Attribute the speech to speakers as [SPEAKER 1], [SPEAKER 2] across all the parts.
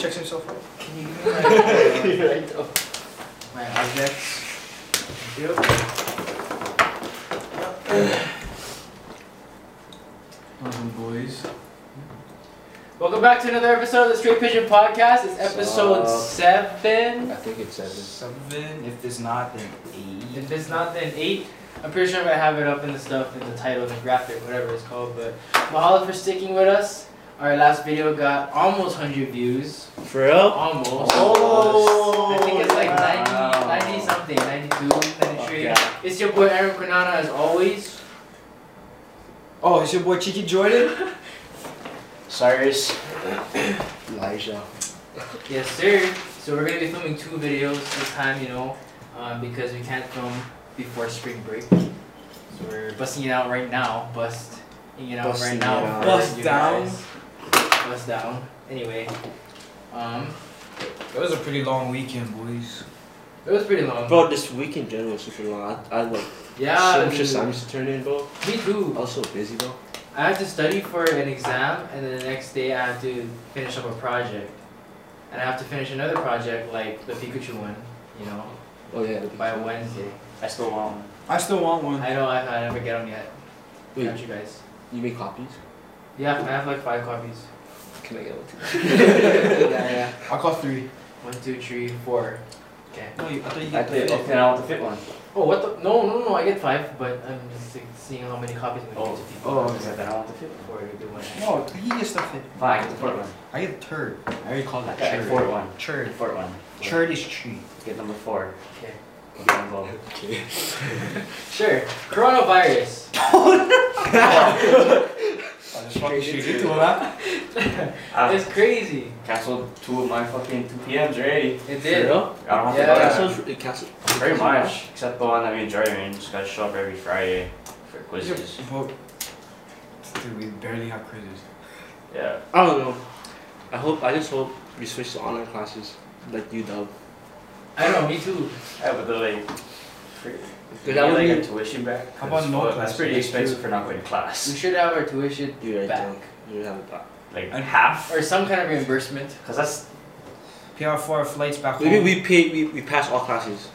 [SPEAKER 1] checks himself out.
[SPEAKER 2] Can you give me my, my objects?
[SPEAKER 1] Yep.
[SPEAKER 2] Welcome, boys.
[SPEAKER 3] Welcome back to another episode of the Straight Pigeon Podcast. It's episode
[SPEAKER 4] Sup?
[SPEAKER 3] seven.
[SPEAKER 4] I think it's seven.
[SPEAKER 2] Seven. If there's not, then eight.
[SPEAKER 3] If it's not, then eight. I'm pretty sure I'm gonna have it up in the stuff, in the title, in the graphic, whatever it's called. But mahalo for sticking with us. Our last video got almost 100 views.
[SPEAKER 4] For real?
[SPEAKER 3] Almost.
[SPEAKER 4] Oh,
[SPEAKER 3] I think it's like
[SPEAKER 2] wow.
[SPEAKER 3] 90, 90 something, 92, 93.
[SPEAKER 4] yeah.
[SPEAKER 3] It's your boy Aaron Quinana as always.
[SPEAKER 2] Oh, it's your boy Cheeky Jordan.
[SPEAKER 4] Cyrus. Elijah.
[SPEAKER 3] Yes, sir. So we're gonna be filming two videos this time, you know, um, because we can't film before spring break. So we're busting it out right now, bust it out
[SPEAKER 4] Busting
[SPEAKER 3] right
[SPEAKER 4] it
[SPEAKER 3] now.
[SPEAKER 4] out.
[SPEAKER 3] for
[SPEAKER 2] Bust
[SPEAKER 3] you
[SPEAKER 2] down.
[SPEAKER 3] guys. Bust down. Anyway, um,
[SPEAKER 2] That was a pretty long weekend, boys.
[SPEAKER 3] it was pretty long.
[SPEAKER 4] Bro, this week in general is super long. I, I like so
[SPEAKER 3] yeah,
[SPEAKER 4] much
[SPEAKER 3] dude.
[SPEAKER 4] assignments to turn in, bro.
[SPEAKER 3] me too.
[SPEAKER 4] I was so busy, bro.
[SPEAKER 3] I have to study for an exam, and then the next day I have to finish up a project, and I have to finish another project like the Pikachu one, you know,
[SPEAKER 4] Oh yeah.
[SPEAKER 3] by Wednesday.
[SPEAKER 5] I still want one.
[SPEAKER 2] I still want one.
[SPEAKER 3] I know I, I never get them yet.
[SPEAKER 4] Wait,
[SPEAKER 3] Got you guys.
[SPEAKER 4] you make copies?
[SPEAKER 3] Yeah, I have like five copies.
[SPEAKER 4] Can I get one too?
[SPEAKER 2] yeah, yeah. I'll call three.
[SPEAKER 3] One, two, three, four. Okay.
[SPEAKER 2] No, you, I thought you
[SPEAKER 5] I
[SPEAKER 2] get
[SPEAKER 5] did.
[SPEAKER 2] the
[SPEAKER 5] Then I want the fit one.
[SPEAKER 3] Oh, what the? No, no, no, I get five, but I'm just like, seeing how many copies I'm gonna
[SPEAKER 5] Oh,
[SPEAKER 3] give to people.
[SPEAKER 5] oh, okay. Then I want the fit one.
[SPEAKER 3] Before I do one.
[SPEAKER 2] No, he gets the fit.
[SPEAKER 5] Fine, I get the fort one.
[SPEAKER 2] I get the turd. I already called
[SPEAKER 5] I
[SPEAKER 2] it
[SPEAKER 5] get the
[SPEAKER 2] turd.
[SPEAKER 5] fort one. The
[SPEAKER 2] Turd.
[SPEAKER 5] fort one.
[SPEAKER 2] Turd is tree.
[SPEAKER 5] Get number four.
[SPEAKER 3] Okay.
[SPEAKER 5] Get them both.
[SPEAKER 4] Okay.
[SPEAKER 3] Sure. Coronavirus.
[SPEAKER 2] I just
[SPEAKER 4] fucking shoot you.
[SPEAKER 2] huh?
[SPEAKER 5] I
[SPEAKER 3] It's crazy.
[SPEAKER 5] Ah, canceled two of my fucking two PMs already.
[SPEAKER 3] It
[SPEAKER 4] For
[SPEAKER 3] did.
[SPEAKER 4] real? Oh,
[SPEAKER 5] I don't have
[SPEAKER 3] Yeah.
[SPEAKER 4] That
[SPEAKER 5] to
[SPEAKER 4] sounds it cancel.
[SPEAKER 5] go. Pretty much, except the one that we enjoy. and just gotta show up every Friday for quizzes.
[SPEAKER 2] Well, Dude, we barely have quizzes.
[SPEAKER 5] Yeah.
[SPEAKER 4] I don't know. I hope. I just hope we switch to online classes like UW.
[SPEAKER 3] I know, me too.
[SPEAKER 5] Yeah, but they're like. free-
[SPEAKER 4] Dude, that
[SPEAKER 5] you get,
[SPEAKER 4] would
[SPEAKER 5] like
[SPEAKER 4] be-
[SPEAKER 5] a tuition back.
[SPEAKER 2] How about
[SPEAKER 5] 'Cause,
[SPEAKER 2] no
[SPEAKER 5] well,
[SPEAKER 2] class?
[SPEAKER 5] That's pretty
[SPEAKER 2] That's
[SPEAKER 5] expensive
[SPEAKER 2] true.
[SPEAKER 5] for not going to
[SPEAKER 3] We
[SPEAKER 5] class.
[SPEAKER 3] should have our tuition
[SPEAKER 4] You right
[SPEAKER 3] back.
[SPEAKER 4] though. You have it back.
[SPEAKER 5] Like
[SPEAKER 2] And-
[SPEAKER 5] half.
[SPEAKER 3] Or some kind of reimbursement.
[SPEAKER 5] Because that's.
[SPEAKER 2] PR4 flights back home.
[SPEAKER 4] Maybe we pay. We, we pass all classes.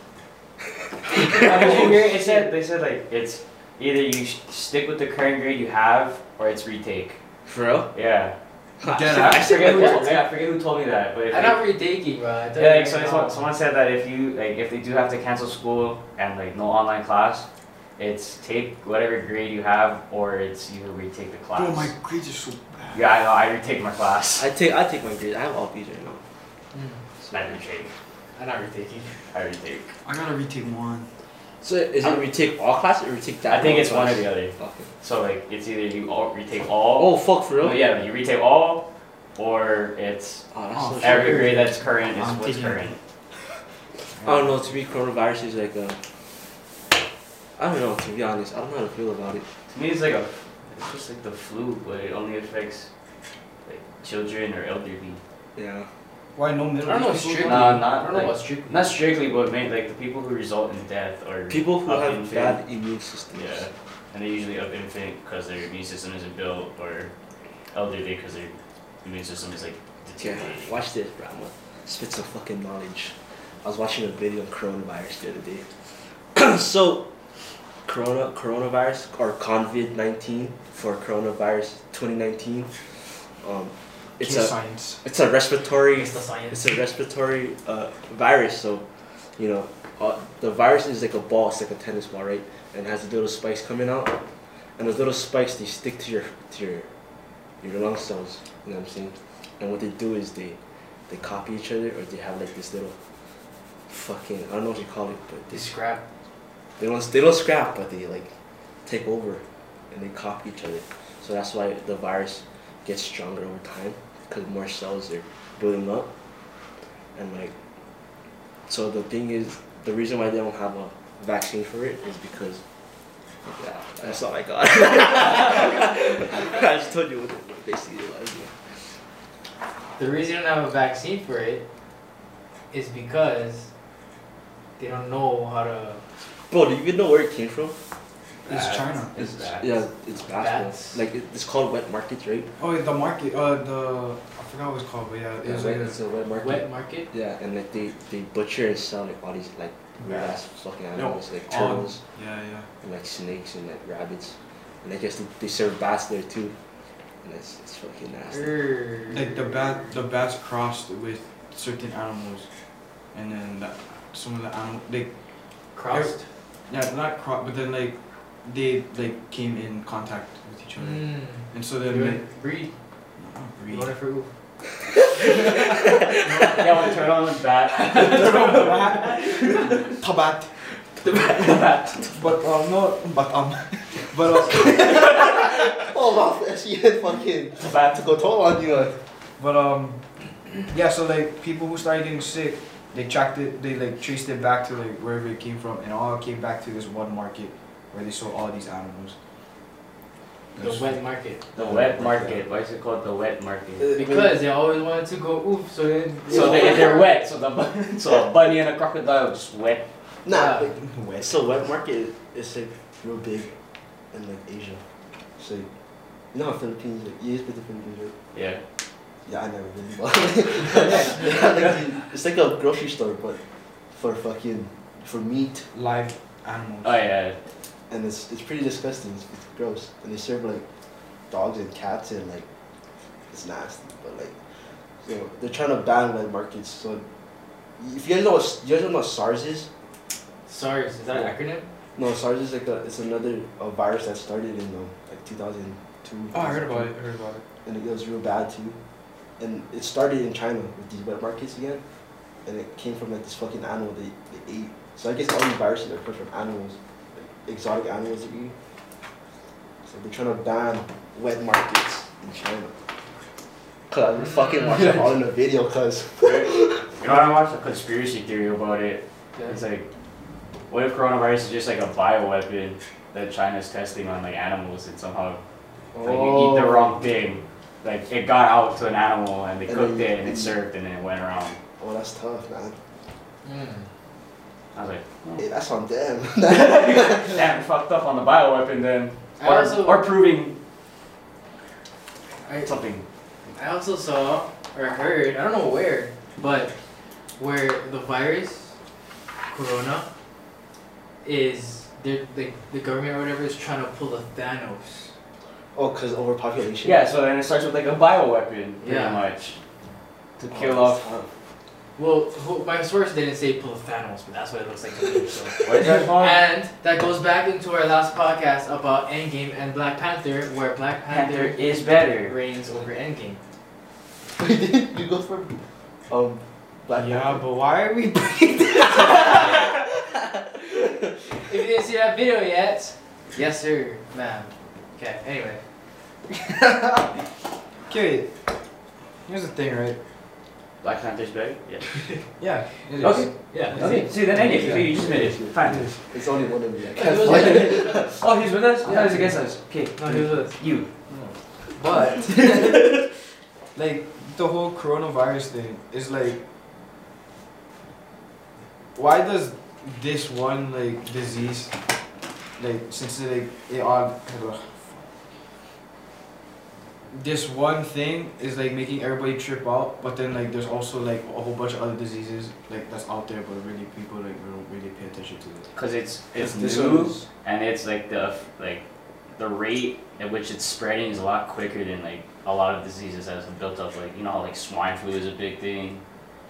[SPEAKER 5] it said they said like it's either you sh- stick with the current grade you have or it's retake.
[SPEAKER 4] For real?
[SPEAKER 5] Yeah.
[SPEAKER 2] Get
[SPEAKER 5] I
[SPEAKER 2] out.
[SPEAKER 5] forget who
[SPEAKER 3] What?
[SPEAKER 5] told, yeah, I forget who told me that, but if
[SPEAKER 3] I'm not retaking, bro. I
[SPEAKER 5] they-
[SPEAKER 3] don't
[SPEAKER 5] yeah, like
[SPEAKER 3] even
[SPEAKER 5] someone,
[SPEAKER 3] know.
[SPEAKER 5] someone- someone said that if you like if they do have to cancel school and like no online class, it's take whatever grade you have or it's you retake the class.
[SPEAKER 2] Bro, Oh my grades are so bad.
[SPEAKER 5] yeah, I know. I retake my class.
[SPEAKER 4] I take. I take my grades. I have all B's right now.
[SPEAKER 3] Mm,
[SPEAKER 5] I retake.
[SPEAKER 3] I'm not retaking.
[SPEAKER 5] I retake.
[SPEAKER 2] I gotta retake one.
[SPEAKER 4] So is it we take all classes or we take that?
[SPEAKER 5] I think it's one or
[SPEAKER 4] class?
[SPEAKER 5] the other.
[SPEAKER 4] Fuck it.
[SPEAKER 5] So like it's either you all retake all.
[SPEAKER 4] Oh fuck, for real?
[SPEAKER 5] no, yeah, you retake all, or it's
[SPEAKER 4] Oh, that's
[SPEAKER 2] Oh,
[SPEAKER 4] so
[SPEAKER 5] every
[SPEAKER 4] shit.
[SPEAKER 5] grade that's current is
[SPEAKER 2] I'm
[SPEAKER 5] what's
[SPEAKER 2] taking-
[SPEAKER 5] current.
[SPEAKER 4] I don't know. To me, coronavirus is like a. I don't know. To be honest, I don't know how to feel about it.
[SPEAKER 5] To me, it's like a, it's just like the flu, but it only affects like children or elderly.
[SPEAKER 4] Yeah.
[SPEAKER 2] Why no
[SPEAKER 3] I
[SPEAKER 2] middle?
[SPEAKER 3] don't know
[SPEAKER 2] East
[SPEAKER 3] strictly.
[SPEAKER 2] people?
[SPEAKER 5] Nah. not
[SPEAKER 3] I don't know
[SPEAKER 5] like-
[SPEAKER 3] what strictly.
[SPEAKER 5] Not strictly, but main, like the people who result in death or
[SPEAKER 4] People who
[SPEAKER 5] of
[SPEAKER 4] have
[SPEAKER 5] infant.
[SPEAKER 4] bad immune systems.
[SPEAKER 5] Yeah, and they're usually of infant because their immune system isn't built, or elderly because their immune system is like
[SPEAKER 4] Okay,
[SPEAKER 5] deteriorating.
[SPEAKER 4] watch this, bro. I'm gonna spit some fucking knowledge. I was watching a video on coronavirus the other day. so, corona coronavirus or COVID nineteen for coronavirus 2019. Um, it's
[SPEAKER 2] Case
[SPEAKER 4] a
[SPEAKER 2] science.
[SPEAKER 4] it's a respiratory
[SPEAKER 3] It's the science.
[SPEAKER 4] it's a respiratory uh, virus, so you know uh, the virus is like a ball, it's like a tennis ball, right? And it has little spikes coming out, and those little spikes they stick to your to your your lung cells. You know what I'm saying? And what they do is they they copy each other, or they have like this little fucking I don't know what you call it, but
[SPEAKER 3] They
[SPEAKER 4] they
[SPEAKER 3] scrap.
[SPEAKER 4] they don't they don't scrap, but they like take over, and they copy each other. So that's why the virus gets stronger over time because more cells are building up, and like so the thing is the reason why they don't have a vaccine for it is because yeah, that's all I got. I just told you what the- what basically it was. yeah.
[SPEAKER 3] The reason they don't have a vaccine for it is because they don't know how to.
[SPEAKER 4] Bro, do you even know where it came from?
[SPEAKER 2] It's
[SPEAKER 4] Ah.
[SPEAKER 5] Bats.
[SPEAKER 2] China.
[SPEAKER 5] It's bats.
[SPEAKER 4] Yeah, it's basketball.
[SPEAKER 3] Bats.
[SPEAKER 4] Like it, it's called wet markets, right?
[SPEAKER 2] Oh, the market. Uh, the I forgot what it's called, but yeah, it
[SPEAKER 4] Yeah,
[SPEAKER 2] was
[SPEAKER 4] wet-
[SPEAKER 2] like
[SPEAKER 4] it's a wet market.
[SPEAKER 3] Wet market.
[SPEAKER 4] Yeah, and like they, they butcher and sell like all these like weird ass fucking animals, like
[SPEAKER 2] all-
[SPEAKER 4] turtles
[SPEAKER 2] yeah, yeah.
[SPEAKER 4] and like snakes and like rabbits, and I guess they, they serve bats there too, and it's it's fucking nasty.
[SPEAKER 2] Like
[SPEAKER 3] Like
[SPEAKER 2] the bat, the bats crossed with certain animals, and then that, some of the animal, they
[SPEAKER 3] crossed.
[SPEAKER 2] yeah, not crossed, but then like they like came in contact with each other,
[SPEAKER 3] Mm.
[SPEAKER 2] and so
[SPEAKER 3] You
[SPEAKER 2] then
[SPEAKER 3] wanna
[SPEAKER 2] like,
[SPEAKER 3] breed.
[SPEAKER 2] not
[SPEAKER 3] You
[SPEAKER 2] breed.
[SPEAKER 3] wanna for oof.
[SPEAKER 5] yeah, when turn on the bat.
[SPEAKER 2] Tabat. But um no, but um, but uh,
[SPEAKER 4] Oh wow, that shit fucking
[SPEAKER 5] bat.
[SPEAKER 4] to go toll on you. uh.
[SPEAKER 2] but um, yeah. So like people who started getting sick, they tracked it. They like traced it back to like wherever it came from, and all came back to this one market where they sold all these animals.
[SPEAKER 3] The wet market.
[SPEAKER 5] The wet market. Why is it called the wet market?
[SPEAKER 3] Because uh, they always wanted to go oof, so they
[SPEAKER 5] So they, they're wet. So the bu- so a bunny and a crocodile just wet.
[SPEAKER 3] Yeah.
[SPEAKER 4] Nah, like,
[SPEAKER 2] West.
[SPEAKER 4] so wet market is like real big in like Asia. So you know how Philippines like you used to the Philippines, right?
[SPEAKER 5] Yeah.
[SPEAKER 4] Yeah, I never really bought it. yeah, like, you- it's like a grocery store, but for fucking for meat,
[SPEAKER 2] Live animals.
[SPEAKER 5] Oh yeah.
[SPEAKER 4] and it's it's pretty disgusting. It's, it's gross, and they serve like dogs and cats and like it's nasty. But like, you know, they're trying to ban wet markets. So if you guys know what you guys know what SARS is,
[SPEAKER 3] SARS, is that an acronym?
[SPEAKER 4] no SARS is like a it's another a virus that started in um, like two thousand two.
[SPEAKER 2] Oh, I heard about it. I heard about it.
[SPEAKER 4] and it was real bad too. And it started in China with these wet markets again, and it came from like this fucking animal they, they ate. So I guess all these viruses are come from animals, like exotic animals they eat. So they're trying to ban wet markets in China. Cause I
[SPEAKER 5] Mm.
[SPEAKER 4] fucking watched it all in the video, cause
[SPEAKER 5] You know, I watched a conspiracy theory about it. It's
[SPEAKER 3] Mm.
[SPEAKER 5] like, what if coronavirus is just like a bioweapon that China's testing on like animals and somehow like
[SPEAKER 3] Oh.
[SPEAKER 5] you eat the wrong thing. Like it got out to an animal and they
[SPEAKER 4] And
[SPEAKER 5] cooked
[SPEAKER 4] then-
[SPEAKER 5] it and it served and it went around.
[SPEAKER 4] oh that's tough, man.
[SPEAKER 3] Mm.
[SPEAKER 5] I was like,
[SPEAKER 4] Hey, that's on them.
[SPEAKER 5] damn, we fucked up on the bioweapon then.
[SPEAKER 3] I
[SPEAKER 5] Or,
[SPEAKER 3] also-
[SPEAKER 5] or proving
[SPEAKER 3] I,
[SPEAKER 5] something.
[SPEAKER 3] I also saw or heard, I don't know where, but where the virus, Corona, is they're- the the government or whatever is trying to pull a Thanos.
[SPEAKER 4] oh, cause overpopulation.
[SPEAKER 5] Yeah, so then it starts with like a bioweapon pretty
[SPEAKER 3] Yeah.
[SPEAKER 5] much. To
[SPEAKER 4] Oh,
[SPEAKER 5] kill
[SPEAKER 4] that's
[SPEAKER 5] off
[SPEAKER 4] tough.
[SPEAKER 3] Well, who, my source didn't say pull a Thanos, but that's what it looks like. To me, so.
[SPEAKER 5] what is that called?
[SPEAKER 3] And that goes back into our last podcast about Endgame and Black Panther, where Black
[SPEAKER 5] Panther
[SPEAKER 3] Panther
[SPEAKER 5] is better.
[SPEAKER 3] reigns over Endgame.
[SPEAKER 4] you go for um black.
[SPEAKER 2] yeah, but why are we?
[SPEAKER 3] If you didn't see that video yet, yes sir, ma'am. Okay. Anyway,
[SPEAKER 2] Okay. Here's the thing, right?
[SPEAKER 5] Black Panther's better? Yeah.
[SPEAKER 2] Yeah. it is.
[SPEAKER 5] Okay.
[SPEAKER 3] yeah.
[SPEAKER 5] Okay, see, then ended.
[SPEAKER 2] Yeah.
[SPEAKER 5] See, you just made it.
[SPEAKER 2] It
[SPEAKER 5] Fine.
[SPEAKER 2] is.
[SPEAKER 4] It's only one of you. I can't
[SPEAKER 3] It was-
[SPEAKER 4] find it.
[SPEAKER 5] Oh, he's with us? I thought he was
[SPEAKER 3] Yeah.
[SPEAKER 5] against us. Okay.
[SPEAKER 3] No, he was with us.
[SPEAKER 5] You.
[SPEAKER 2] But like the whole coronavirus thing is like why does this one like disease like since it, like it all this one thing is like making everybody trip out but then like there's also like a whole bunch of other diseases like that's out there but really people like don't really pay attention to it
[SPEAKER 5] Because it's, it's
[SPEAKER 4] This
[SPEAKER 5] new.
[SPEAKER 4] one's-
[SPEAKER 5] and it's like the like the rate at which it's spreading is a lot quicker than like a lot of diseases that have built up. Like you know, how, like swine flu is a big thing,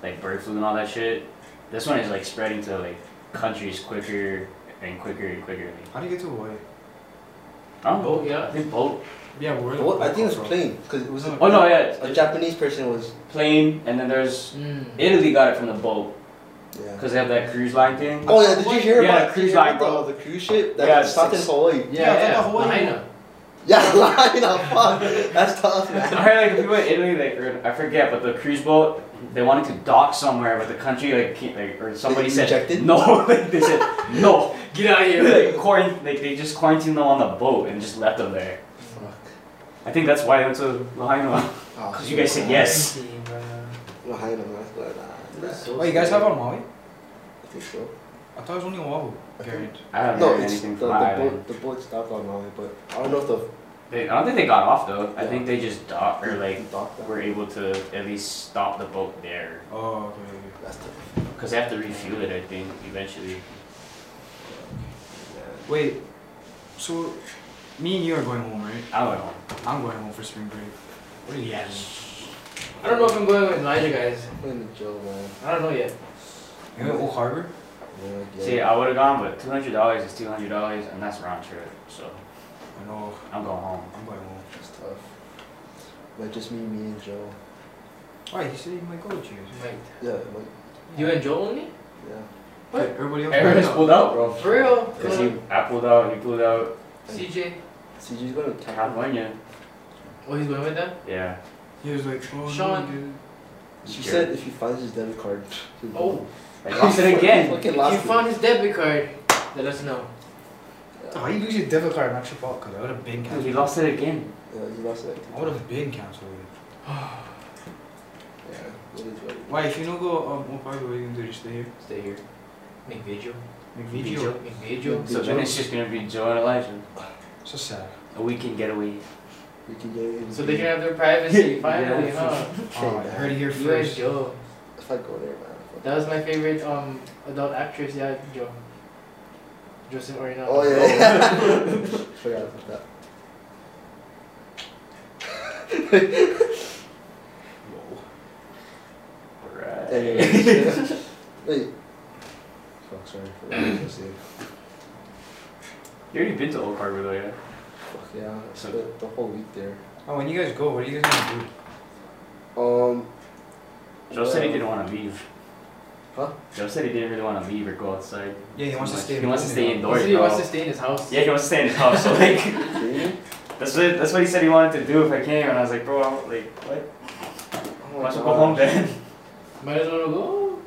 [SPEAKER 5] like bird flu and all that shit. This one is like spreading to like countries quicker and quicker and quicker. Like,
[SPEAKER 2] how do you get to Hawaii
[SPEAKER 5] I don't know.
[SPEAKER 3] Oh yeah.
[SPEAKER 5] I think boat.
[SPEAKER 2] yeah where
[SPEAKER 4] Well, I think it's plain because it was a,
[SPEAKER 5] Oh no, yeah,
[SPEAKER 4] a
[SPEAKER 5] it's
[SPEAKER 4] Japanese person was
[SPEAKER 5] plane, and then there's
[SPEAKER 3] Mm.
[SPEAKER 5] Italy got it from the boat
[SPEAKER 4] yeah.
[SPEAKER 5] because they have that cruise line thing.
[SPEAKER 4] Oh yeah, did you hear
[SPEAKER 5] Yeah,
[SPEAKER 4] about
[SPEAKER 5] cruise
[SPEAKER 4] did you hear
[SPEAKER 5] line,
[SPEAKER 4] about the, the cruise ship that
[SPEAKER 5] Yeah,
[SPEAKER 4] stopped in
[SPEAKER 5] six-
[SPEAKER 4] Hawaii?
[SPEAKER 3] Yeah, yeah,
[SPEAKER 2] Yeah,
[SPEAKER 3] yeah.
[SPEAKER 2] the whole-
[SPEAKER 3] Lahaina.
[SPEAKER 4] Yeah, line up, fuck, that's tough, man.
[SPEAKER 5] I heard like the people in Italy, like or I forget, but the cruise boat, they wanted to dock somewhere, but the country like, can't, like or somebody said
[SPEAKER 4] rejected?
[SPEAKER 5] no, like they said no,
[SPEAKER 3] Get out of here.
[SPEAKER 5] like, quarant- like they just quarantined them on the boat and just left them there.
[SPEAKER 3] Mm.
[SPEAKER 4] Fuck.
[SPEAKER 5] I think that's why they went to Lahaina
[SPEAKER 4] Oh,
[SPEAKER 5] because you guys said yes.
[SPEAKER 3] Quarantine, bruh.
[SPEAKER 4] Lahaina, man, but uh,
[SPEAKER 3] That's so
[SPEAKER 2] wait you guys have
[SPEAKER 3] scary.
[SPEAKER 2] on Maui
[SPEAKER 4] I think so.
[SPEAKER 2] I thought it was only on Oahu
[SPEAKER 4] I think-
[SPEAKER 2] Garrett
[SPEAKER 5] I haven't
[SPEAKER 4] No,
[SPEAKER 5] heard
[SPEAKER 4] it's the,
[SPEAKER 5] anything
[SPEAKER 4] the
[SPEAKER 5] from my
[SPEAKER 4] boat
[SPEAKER 5] island.
[SPEAKER 4] the boat stopped on Maui, but I don't know if the
[SPEAKER 5] They, I don't think they got off though. I think they just docked or like were able to at least stop the boat there
[SPEAKER 2] Oh, okay. okay.
[SPEAKER 4] That's the
[SPEAKER 5] because they have to refuel it. I think eventually.
[SPEAKER 2] Wait, so me and you are going home, right?
[SPEAKER 5] I don't know.
[SPEAKER 2] I'm going home for spring break. What are you
[SPEAKER 3] I don't know if I'm going with Elijah, guys.
[SPEAKER 4] fucking joke, man.
[SPEAKER 3] I don't know yet.
[SPEAKER 2] doing? You went Old Harbor?
[SPEAKER 4] Yeah, yeah.
[SPEAKER 5] See, uh, I would have gone, but two hundred dollars is two hundred dollars, and that's round trip. So
[SPEAKER 2] I know.
[SPEAKER 5] I'm going home.
[SPEAKER 2] I'm going home.
[SPEAKER 4] It's tough. But just me, me and Joe.
[SPEAKER 2] Alright, he said he might go with you.
[SPEAKER 3] Like,
[SPEAKER 4] Yeah, like,
[SPEAKER 3] you and Joel only?
[SPEAKER 4] yeah.
[SPEAKER 3] What?
[SPEAKER 2] Everybody else?
[SPEAKER 5] Everyone's pulled out, bro.
[SPEAKER 3] For real?
[SPEAKER 5] Cause
[SPEAKER 3] Come
[SPEAKER 5] he, I pulled out, he pulled out.
[SPEAKER 3] on. CJ.
[SPEAKER 4] CG's going to town.
[SPEAKER 5] California.
[SPEAKER 3] Oh, he's going with them?
[SPEAKER 5] Yeah.
[SPEAKER 2] He was like, oh, no,
[SPEAKER 3] Sean.
[SPEAKER 2] dude.
[SPEAKER 4] She
[SPEAKER 5] Sure.
[SPEAKER 4] said if he finds his debit card. to-
[SPEAKER 3] Oh,
[SPEAKER 5] Like, lost it again.
[SPEAKER 4] Fucking
[SPEAKER 3] if you
[SPEAKER 4] lost it.
[SPEAKER 3] found his debit card, let us know.
[SPEAKER 2] Oh, Why you lose your debit card not your fault? Because I would have been
[SPEAKER 5] He
[SPEAKER 2] canceled.
[SPEAKER 5] lost it again.
[SPEAKER 4] Yeah, he lost it.
[SPEAKER 2] I would have been canceled.
[SPEAKER 4] Yeah, it is what it is.
[SPEAKER 2] Why, if you don't go um, Old Harbor, what are you going to do? Just stay here?
[SPEAKER 3] Stay here. Make video.
[SPEAKER 2] Make
[SPEAKER 5] Video.
[SPEAKER 2] video?
[SPEAKER 3] Make video.
[SPEAKER 5] So then it's just gonna be Joe and Elijah.
[SPEAKER 2] So sad.
[SPEAKER 5] A weekend getaway.
[SPEAKER 4] We can get him.
[SPEAKER 3] So they can have their privacy finally,
[SPEAKER 5] Yeah.
[SPEAKER 3] huh?
[SPEAKER 2] Oh, I heard it here
[SPEAKER 3] You and
[SPEAKER 2] first.
[SPEAKER 3] Joe.
[SPEAKER 4] If I go there, man. fuck.
[SPEAKER 3] That was my favorite um adult actress, yeah, Joe. Joseph Orina.
[SPEAKER 4] Oh yeah. yeah. Forgot about that.
[SPEAKER 5] Alright.
[SPEAKER 4] Anyways. Wait. Fuck, sorry. Forgot what I was saying.
[SPEAKER 5] You already been to Old Harbor though, yeah?
[SPEAKER 4] Fuck yeah. I
[SPEAKER 5] So-
[SPEAKER 4] spent the whole week there.
[SPEAKER 2] Oh, when you guys go, what are you guys going to do?
[SPEAKER 4] Um. uh,
[SPEAKER 5] Joe said he
[SPEAKER 4] well,
[SPEAKER 5] didn't want to leave.
[SPEAKER 4] Huh?
[SPEAKER 5] Joe said he didn't really want to leave or go outside.
[SPEAKER 2] Yeah, he wants to
[SPEAKER 5] Like,
[SPEAKER 2] stay
[SPEAKER 5] He wants to stay
[SPEAKER 2] in
[SPEAKER 5] indoors,
[SPEAKER 3] he
[SPEAKER 5] bro.
[SPEAKER 3] wants to stay in his house.
[SPEAKER 5] Yeah, he wants to stay in his house. So like,
[SPEAKER 4] Really?
[SPEAKER 5] that's what that's what he said he wanted to do if I came, and I was like, bro, I'm like, what?
[SPEAKER 4] Oh my
[SPEAKER 5] Why don't you go
[SPEAKER 4] gosh.
[SPEAKER 5] home then?
[SPEAKER 3] Might as well go.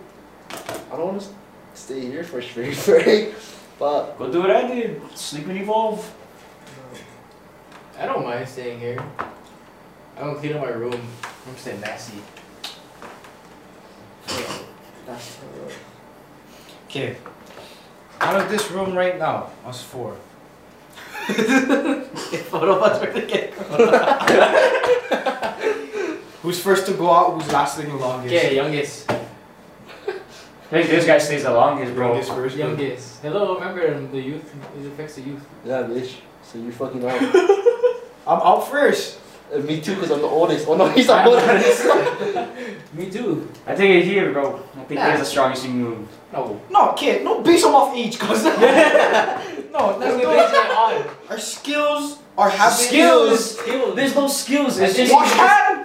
[SPEAKER 4] I don't want to stay here for spring break, but
[SPEAKER 5] Go do what I did. Sleep and evolve.
[SPEAKER 3] I don't mind staying here. I don't clean up my room. I'm staying nasty.
[SPEAKER 4] that's uh,
[SPEAKER 2] Okay. Out of this room right now, us four.
[SPEAKER 3] If all of us were to get
[SPEAKER 2] Who's first to go out, who's lasting the longest?
[SPEAKER 3] Yeah, youngest.
[SPEAKER 5] I think this guy stays the longest, bro.
[SPEAKER 2] Youngest first.
[SPEAKER 3] Youngest. Hello, remember um, the youth it affects the youth.
[SPEAKER 4] yeah, bitch. So you fucking out.
[SPEAKER 2] I'm out first.
[SPEAKER 4] and Uh, me too, cause I'm the oldest. Oh no, he's the oldest.
[SPEAKER 3] Me too.
[SPEAKER 5] I think he's here, bro. I think he
[SPEAKER 3] Yeah.
[SPEAKER 5] has the strongest immune.
[SPEAKER 3] No.
[SPEAKER 2] No, kid, no base them off each, cause no,
[SPEAKER 3] That's
[SPEAKER 2] let's
[SPEAKER 3] the
[SPEAKER 2] do
[SPEAKER 3] base
[SPEAKER 2] it.
[SPEAKER 3] on.
[SPEAKER 2] Our skills are having
[SPEAKER 3] Skills.
[SPEAKER 5] There's no skills. It's just
[SPEAKER 2] wash hand.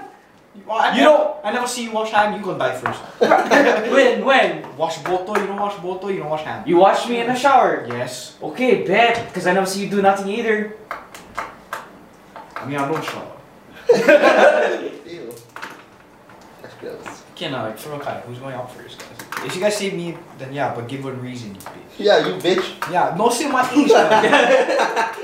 [SPEAKER 2] I
[SPEAKER 5] You
[SPEAKER 2] never-
[SPEAKER 5] don't-
[SPEAKER 2] I never see you wash hand. You gonna die first.
[SPEAKER 5] when when
[SPEAKER 2] Wash bottle. You don't wash bottle. You don't wash hand.
[SPEAKER 5] you watch me in the shower.
[SPEAKER 2] Yes.
[SPEAKER 5] Okay, bet. Because I never see you do nothing either.
[SPEAKER 2] I mean, I don't shower.
[SPEAKER 4] Ew. That's gross.
[SPEAKER 2] Okay, now like for real, Kai, who's going out first, guys? If you guys say me, then yeah, but give one reason. you bitch.
[SPEAKER 4] Yeah, you bitch.
[SPEAKER 2] Yeah, no say my age. man.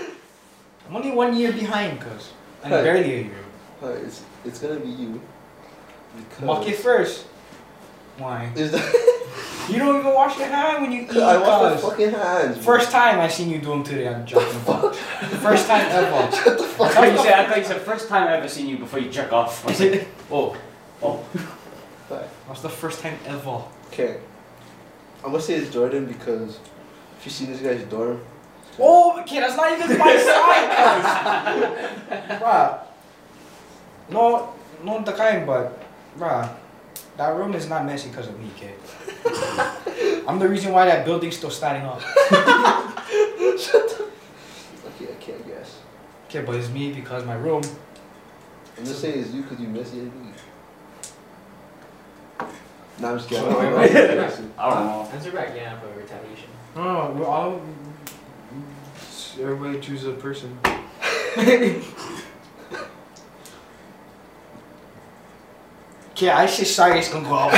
[SPEAKER 2] I'm only one year behind, cause I'm
[SPEAKER 4] Hey.
[SPEAKER 2] barely a year.
[SPEAKER 4] Uh, it's it's gonna be you. Because
[SPEAKER 2] Walk it first. Why?
[SPEAKER 4] Is that,
[SPEAKER 2] You don't even wash your hand when you eat.
[SPEAKER 4] I wash my
[SPEAKER 2] cuz.
[SPEAKER 4] fucking hands. bro.
[SPEAKER 2] First time I seen you do them today, I'm joking. First time ever.
[SPEAKER 5] I thought you said. I thought you said first time I ever seen you before you jerk off. I was like, oh,
[SPEAKER 2] That's the first time ever.
[SPEAKER 4] Okay. I'm gonna say it's Jordan because if you see this guy's dorm,
[SPEAKER 2] Oh, okay, that's not even my side, cuz. Bruh. No, no, the kind, but, bruh, that room is not messy because of me, kid. I'm the reason why that building's still standing up.
[SPEAKER 4] okay, okay, I guess.
[SPEAKER 2] Okay, but it's me because my room.
[SPEAKER 4] I'm gonna say it's you because you messy as me. Nah, I'm just kidding.
[SPEAKER 3] Wait,
[SPEAKER 4] I'm
[SPEAKER 3] wait, wait.
[SPEAKER 4] messy.
[SPEAKER 5] I don't know.
[SPEAKER 3] Answer back, yeah, for retaliation.
[SPEAKER 2] No, no, we're all. Everybody chooses a person. Okay, I say Cyrus gonna go out.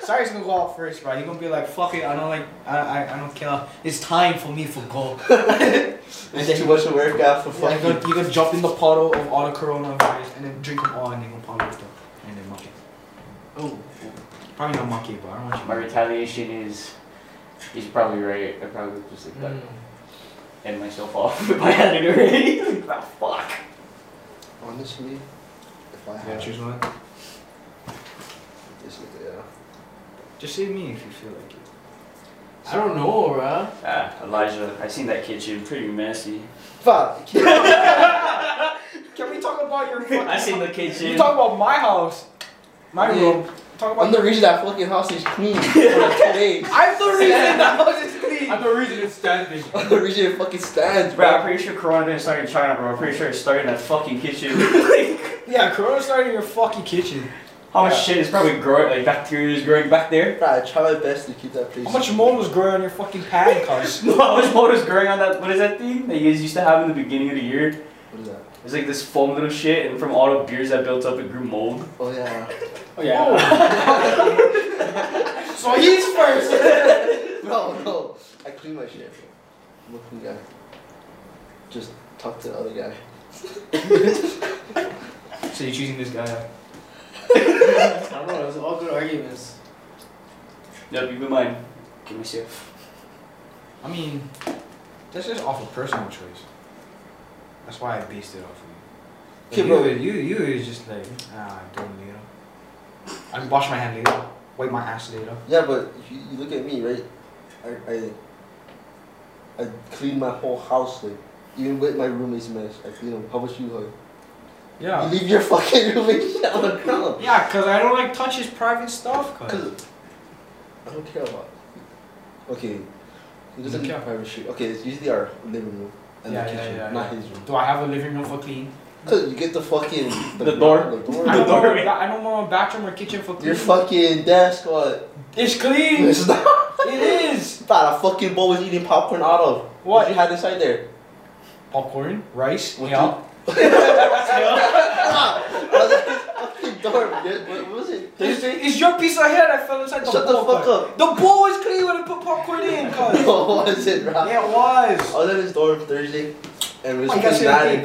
[SPEAKER 2] Cyrus gonna go out first, bro. You gonna be like, fuck it, I don't like, I, I, I don't care. It's time for me for goal. And
[SPEAKER 4] It's too
[SPEAKER 2] then
[SPEAKER 4] much work out for
[SPEAKER 2] yeah, you
[SPEAKER 4] fucking.
[SPEAKER 2] gonna, you gonna jump in the puddle of all the coronavirus and then drink them all and then go puddle with them and then muck it.
[SPEAKER 3] Oh.
[SPEAKER 2] Probably not muck it, but I don't want you.
[SPEAKER 3] Hmm.
[SPEAKER 2] Mm.
[SPEAKER 5] My retaliation is. He's probably right. I probably just like that. and like still fall if I had it already. Like, ah, fuck.
[SPEAKER 4] Honestly, if I
[SPEAKER 2] You gotta
[SPEAKER 4] had
[SPEAKER 2] choose one.
[SPEAKER 4] this, yeah.
[SPEAKER 2] Just say me if you feel like it.
[SPEAKER 3] I don't know, bruh.
[SPEAKER 5] Ah, Elijah, I seen that kitchen, pretty messy.
[SPEAKER 4] Fuck.
[SPEAKER 2] Can we talk about your
[SPEAKER 5] I seen the kitchen.
[SPEAKER 2] You talk about my house, my
[SPEAKER 4] Yeah.
[SPEAKER 2] room. Talk about
[SPEAKER 4] I'm the reason that fucking house is clean for like two days.
[SPEAKER 2] I'm the reason that house is clean.
[SPEAKER 3] I'm the reason it's standing.
[SPEAKER 4] I'm the reason it fucking stands,
[SPEAKER 5] Bro, I'm
[SPEAKER 4] bro.
[SPEAKER 5] pretty sure Corona didn't start in China, bro. I'm pretty sure it started in that fucking kitchen.
[SPEAKER 2] Yeah, Corona started in your fucking kitchen.
[SPEAKER 5] How much
[SPEAKER 4] Yeah.
[SPEAKER 5] shit is probably growing, like bacteria is growing back there?
[SPEAKER 4] Bro, I try my best to keep that place.
[SPEAKER 2] How much mold was growing on your fucking pad, cuz?
[SPEAKER 5] No, how much mold is growing on that? What is that thing that you guys used to have in the beginning of the year?
[SPEAKER 4] What is that?
[SPEAKER 5] It's like this foam little shit, and from all the beers that built up, it grew mold.
[SPEAKER 4] Oh yeah.
[SPEAKER 3] Oh yeah.
[SPEAKER 2] So he's first.
[SPEAKER 4] No, no. I clean my shit. Bro. I'm a clean guy. Just talk to the other guy.
[SPEAKER 2] So you're choosing this guy.
[SPEAKER 3] I don't know. It was all good arguments.
[SPEAKER 5] Yep, you be mine. Give me safe.
[SPEAKER 2] I mean, this is off a personal choice. That's why I based it off of you.
[SPEAKER 4] Okay,
[SPEAKER 2] you,
[SPEAKER 4] bro.
[SPEAKER 2] you, you was just like, ah, I don't need him. I can wash my hand later, wipe my ass later.
[SPEAKER 4] Yeah, but if you, you look at me, right? I, I I clean my whole house, like even with my roommate's mess. I clean them. How about you, like?
[SPEAKER 2] Yeah.
[SPEAKER 4] You leave your fucking roommate shit on the ground.
[SPEAKER 2] Yeah, cause I don't like touch his private stuff, cuz.
[SPEAKER 4] Cause I don't care about. Okay, he doesn't
[SPEAKER 2] Okay.
[SPEAKER 4] care private shit. Okay, it's usually our living room and
[SPEAKER 2] Yeah,
[SPEAKER 4] the
[SPEAKER 2] yeah,
[SPEAKER 4] kitchen,
[SPEAKER 2] yeah,
[SPEAKER 4] not
[SPEAKER 2] yeah.
[SPEAKER 4] his room.
[SPEAKER 2] Do I have a living room for clean?
[SPEAKER 4] Cause you get the fucking
[SPEAKER 5] The door.
[SPEAKER 4] the
[SPEAKER 2] I
[SPEAKER 4] door.
[SPEAKER 5] The
[SPEAKER 2] don't know.
[SPEAKER 5] doorway.
[SPEAKER 2] I don't know a bathroom or kitchen for clean.
[SPEAKER 4] Your fucking desk, what?
[SPEAKER 2] It's clean.
[SPEAKER 4] It's not
[SPEAKER 2] it is.
[SPEAKER 4] that a fucking bowl was eating popcorn out of.
[SPEAKER 2] What?
[SPEAKER 4] you had inside there?
[SPEAKER 2] Popcorn, rice,
[SPEAKER 4] What
[SPEAKER 2] yeah.
[SPEAKER 4] Fucking door. What what was it?
[SPEAKER 2] It's, it's your piece of hair that fell inside the
[SPEAKER 4] Shut the
[SPEAKER 2] popcorn.
[SPEAKER 4] fuck up.
[SPEAKER 2] The bowl was clean when I put popcorn in, cuz.
[SPEAKER 4] No, what was it, bro?
[SPEAKER 2] yeah, it was.
[SPEAKER 4] I was at his dorm Thursday, and we was
[SPEAKER 2] Like I
[SPEAKER 4] playing
[SPEAKER 2] said,
[SPEAKER 4] Madden.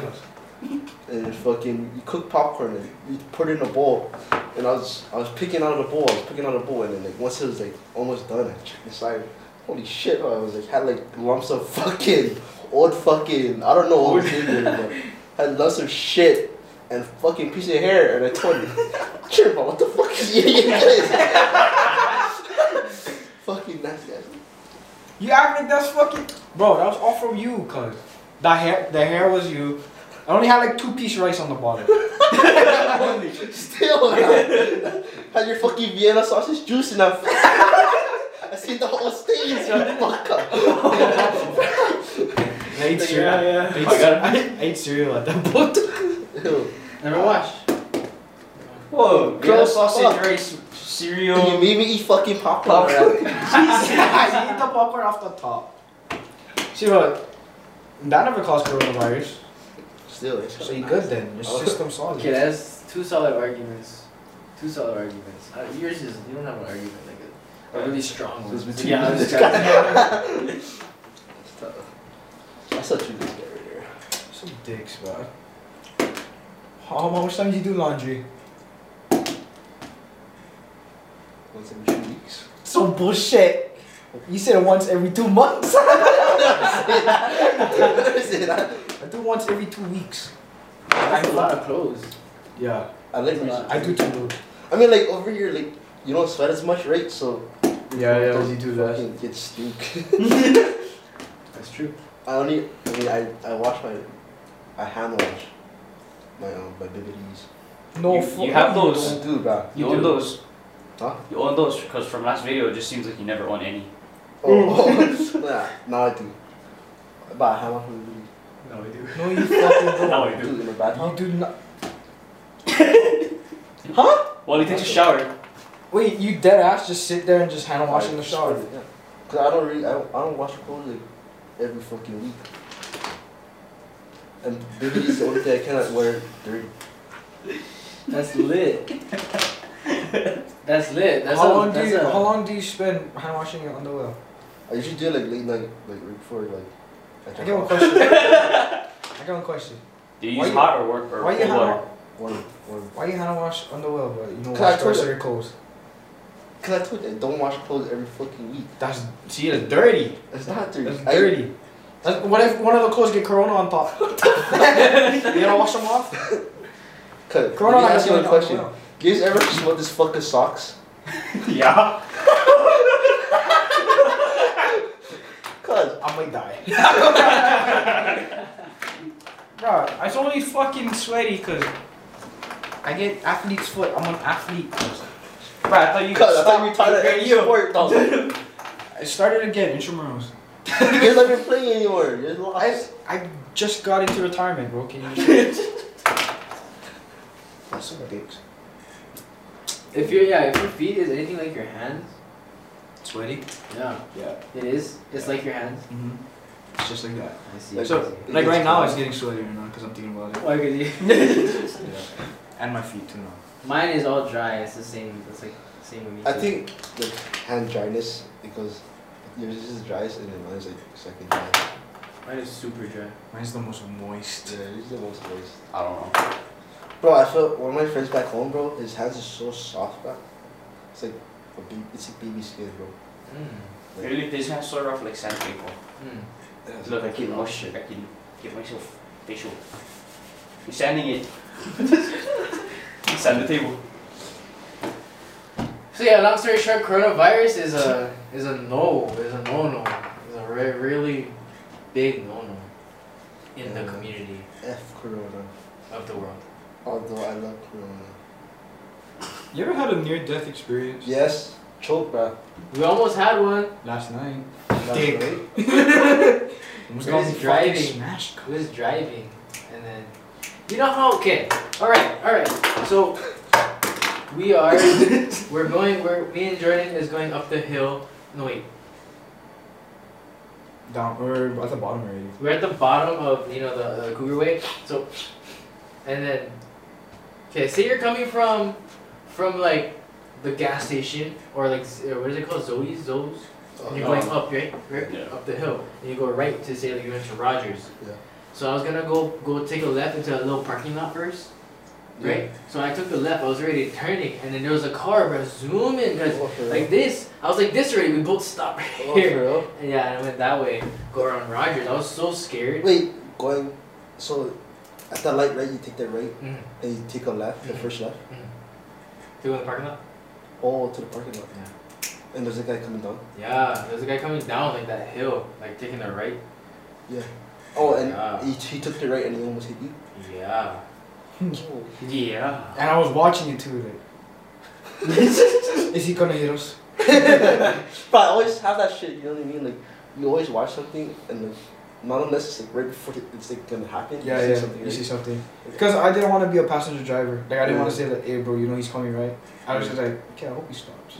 [SPEAKER 2] cuz.
[SPEAKER 4] and it's fucking you cook popcorn and you put it in a bowl. And I was I was picking out of the bowl, I was picking out of the bowl, and then like once it was like almost done, I checked inside. Holy shit! I was like had like lumps of fucking old fucking I don't know what was in there, but had lumps of shit and fucking piece of hair, and I told him, "Cheer, bro, what the fuck is you eating this?" fucking nasty. ass.
[SPEAKER 2] You act like that's fucking. Bro, that was all from you, cuz. The hair, the hair was you. I only had like two piece rice on the bottom.
[SPEAKER 4] Still, man. had your fucking Vienna sausage juice in that. fucking- I seen the whole stage, you fuck up.
[SPEAKER 2] I ate
[SPEAKER 5] Oh
[SPEAKER 2] cereal.
[SPEAKER 3] yeah.
[SPEAKER 2] I ate-
[SPEAKER 5] I got
[SPEAKER 2] I ate cereal at that point.
[SPEAKER 4] Ew.
[SPEAKER 3] Never watched.
[SPEAKER 5] Whoa,
[SPEAKER 4] Gross
[SPEAKER 5] gross sausage
[SPEAKER 4] fuck.
[SPEAKER 5] rice, cereal.
[SPEAKER 4] And you made me eat fucking popcorn.
[SPEAKER 5] Popcorn.
[SPEAKER 4] man.
[SPEAKER 2] I eat the popcorn off the top. See, look, that never caused coronavirus.
[SPEAKER 4] Still, it's
[SPEAKER 2] So you good then? Your
[SPEAKER 3] Oh.
[SPEAKER 2] system solid.
[SPEAKER 3] Okay, that's two solid arguments. Two solid arguments. Uh, yours is you don't have an argument like a, a really strong one.
[SPEAKER 4] It's between
[SPEAKER 3] yeah,
[SPEAKER 4] you
[SPEAKER 3] I'm
[SPEAKER 4] and
[SPEAKER 3] just
[SPEAKER 4] this
[SPEAKER 3] trying to-
[SPEAKER 4] It's tough. That's such a good guy right there.
[SPEAKER 2] Some dicks, bro. How much time do you do laundry?
[SPEAKER 4] Once every two weeks.
[SPEAKER 2] Some bullshit. You said once every two months.
[SPEAKER 4] Listen, I-
[SPEAKER 2] I do once every two weeks.
[SPEAKER 3] That's a lot of clothes.
[SPEAKER 2] Yeah,
[SPEAKER 4] I like. reason-
[SPEAKER 2] I do too.
[SPEAKER 4] I mean, like over here, like you don't sweat as much, right? So don't fucking Get stink.
[SPEAKER 3] That's true.
[SPEAKER 4] I only, I mean, I, I wash my, I hand wash my um, my bibbities.
[SPEAKER 2] No,
[SPEAKER 5] You-
[SPEAKER 2] fu-
[SPEAKER 5] you have
[SPEAKER 2] no,
[SPEAKER 5] those.
[SPEAKER 4] do, bro.
[SPEAKER 5] You,
[SPEAKER 3] You
[SPEAKER 5] own
[SPEAKER 3] do.
[SPEAKER 5] those.
[SPEAKER 4] Huh?
[SPEAKER 5] You own those because from last video it just seems like you never own any.
[SPEAKER 4] Oh, nah, now I do. But I hand wash my bibbies.
[SPEAKER 3] No, we do.
[SPEAKER 2] No, you fucking
[SPEAKER 5] No, you
[SPEAKER 2] don't.
[SPEAKER 5] do.
[SPEAKER 4] Do it in the bathroom.
[SPEAKER 2] You do not.
[SPEAKER 5] Well, he takes a shower.
[SPEAKER 2] Wait, you dead ass just sit there and just hand wash in the shower.
[SPEAKER 4] Yeah. Cause I don't really, I don't, I don't wash clothes like every fucking week. And bibbies is the only thing I cannot wear dirty.
[SPEAKER 3] That's lit. that's lit. That's
[SPEAKER 2] how
[SPEAKER 3] a,
[SPEAKER 2] long do
[SPEAKER 3] that's
[SPEAKER 2] you
[SPEAKER 3] a,
[SPEAKER 2] How long do you spend hand washing your underwear?
[SPEAKER 4] I usually do it like late night, like right before like.
[SPEAKER 2] I
[SPEAKER 4] drop
[SPEAKER 2] got one
[SPEAKER 4] off.
[SPEAKER 2] question. I got one question.
[SPEAKER 5] Do you
[SPEAKER 2] Why
[SPEAKER 5] use
[SPEAKER 2] you-
[SPEAKER 5] hot or work or
[SPEAKER 2] Why you
[SPEAKER 5] cold
[SPEAKER 2] hand
[SPEAKER 5] water?
[SPEAKER 2] wa-
[SPEAKER 4] Warm, warm.
[SPEAKER 2] Why you hand wash underwear, but you know
[SPEAKER 4] Cause
[SPEAKER 2] wash
[SPEAKER 4] I
[SPEAKER 2] the rest
[SPEAKER 4] told
[SPEAKER 2] of your clothes?
[SPEAKER 4] Cause I told you I don't wash clothes every fucking week.
[SPEAKER 2] That's see, it's dirty.
[SPEAKER 4] It's not dirty.
[SPEAKER 2] That's
[SPEAKER 4] I-
[SPEAKER 2] dirty. Like, what if one of the clothes get corona on top? you gotta wash them off.
[SPEAKER 4] Cut.
[SPEAKER 2] Corona.
[SPEAKER 4] Let me ask you a
[SPEAKER 2] like,
[SPEAKER 4] question.
[SPEAKER 2] oh,
[SPEAKER 4] You guys ever smell this fucking socks?
[SPEAKER 5] yeah.
[SPEAKER 4] Cause
[SPEAKER 2] I might die. Bro, it's only fucking sweaty because I get athlete's foot. I'm an athlete. Bro, I thought you
[SPEAKER 4] Cause
[SPEAKER 2] could
[SPEAKER 4] I thought you were tired of you. sport, dog. You
[SPEAKER 2] I started again, intramurals.
[SPEAKER 4] guys not even playing anymore. You're
[SPEAKER 2] I,
[SPEAKER 4] lost.
[SPEAKER 2] I just got into retirement, bro. Can you just... That's some dicks.
[SPEAKER 3] If your yeah, if your feet is anything like your hands,
[SPEAKER 2] Sweaty?
[SPEAKER 3] yeah,
[SPEAKER 2] Yeah.
[SPEAKER 3] it is. It's like your hands.
[SPEAKER 2] Mm-hmm. It's just like that.
[SPEAKER 3] I see.
[SPEAKER 4] Like-
[SPEAKER 3] I
[SPEAKER 2] So,
[SPEAKER 3] see.
[SPEAKER 2] like right now, it's getting sweaty right now because I'm thinking about it.
[SPEAKER 3] Why could you?
[SPEAKER 2] And my feet too now.
[SPEAKER 3] Mine is all dry. It's the same. It's like same with me.
[SPEAKER 4] I
[SPEAKER 3] too.
[SPEAKER 4] think the hand dryness because yours is dry and then mine's like second dry.
[SPEAKER 3] mine is super dry.
[SPEAKER 2] Mine's the most moist.
[SPEAKER 4] Yeah, yours is the most moist.
[SPEAKER 5] I don't know.
[SPEAKER 4] Bro, I feel one of my friends back home, bro. His hands are so soft, bro. It's like a baby, it's like baby skin, bro.
[SPEAKER 3] Mm.
[SPEAKER 4] Like,
[SPEAKER 5] Really, this guy's sort of like sandpaper.
[SPEAKER 3] Mm.
[SPEAKER 4] yeah, it's
[SPEAKER 5] Look, I
[SPEAKER 4] like-
[SPEAKER 5] keep moisture. I can give myself facial. You're sanding it. Sand the table.
[SPEAKER 3] So yeah, long story short, coronavirus is a is a no, is a no no, is a re- really big no no in the
[SPEAKER 4] Yeah.
[SPEAKER 3] community
[SPEAKER 4] F Corona.
[SPEAKER 3] of the world.
[SPEAKER 4] Although I love Corona.
[SPEAKER 2] You ever had a near death experience?
[SPEAKER 4] Yes, choke, bro.
[SPEAKER 3] We almost had one.
[SPEAKER 2] Last night.
[SPEAKER 4] That's
[SPEAKER 2] Dick.
[SPEAKER 4] right.
[SPEAKER 2] Almost
[SPEAKER 3] Where
[SPEAKER 2] got
[SPEAKER 3] is
[SPEAKER 2] me fucking
[SPEAKER 3] driving?
[SPEAKER 2] smashed.
[SPEAKER 3] Who is driving? And then, you know how? Okay, all right, all right. So we are we're going. We're me and Jordan is going up the hill. No wait,
[SPEAKER 2] Down, we're at the bottom already.
[SPEAKER 3] we're at the bottom of you know the, the cougar way. So, and then, okay, say you're coming from from like the gas station or like Z- or what is it called? Zoe's, Zoe's. And you're
[SPEAKER 4] Oh,
[SPEAKER 3] going up, right? right?
[SPEAKER 5] Yeah.
[SPEAKER 3] Up the hill. And you go right to say like you went to Rogers.
[SPEAKER 4] Yeah.
[SPEAKER 3] So I was gonna go go take a left into a little parking lot first. Right? So I took the left, I was already turning, and then there was a car bro zooming guys
[SPEAKER 4] Oh, for
[SPEAKER 3] like
[SPEAKER 4] real?
[SPEAKER 3] this. I was like this already, we both stopped right
[SPEAKER 4] Oh,
[SPEAKER 3] here.
[SPEAKER 4] for real?
[SPEAKER 3] And yeah, and I went that way, go around Rogers. I was so scared.
[SPEAKER 4] Wait, going. So, at that light, right? You take that right,
[SPEAKER 3] Mm.
[SPEAKER 4] and you take a left, the
[SPEAKER 3] Mhm.
[SPEAKER 4] first left,
[SPEAKER 3] To go in the parking lot?
[SPEAKER 4] all to the parking lot.
[SPEAKER 3] Yeah.
[SPEAKER 4] And there's a guy coming down.
[SPEAKER 3] Yeah, there's a guy coming down like that hill, like taking the right.
[SPEAKER 4] Oh, and
[SPEAKER 3] Yeah.
[SPEAKER 4] he, he took the right, and he almost hit you.
[SPEAKER 3] Yeah.
[SPEAKER 4] Oh.
[SPEAKER 5] Yeah.
[SPEAKER 2] And I was watching it too. Like, is he gonna hit us?
[SPEAKER 4] but I always have that shit. You know what I mean? Like you always watch something and like, not unless it's like right before it- it's like gonna happen. you
[SPEAKER 2] Yeah,
[SPEAKER 4] see
[SPEAKER 2] yeah.
[SPEAKER 4] something,
[SPEAKER 2] you
[SPEAKER 4] right?
[SPEAKER 2] see something. Because I didn't want to be a passenger driver. Like I didn't want
[SPEAKER 4] Yeah.
[SPEAKER 2] to say like, hey, bro, you know he's coming, right? I was just like, okay, I hope he stops.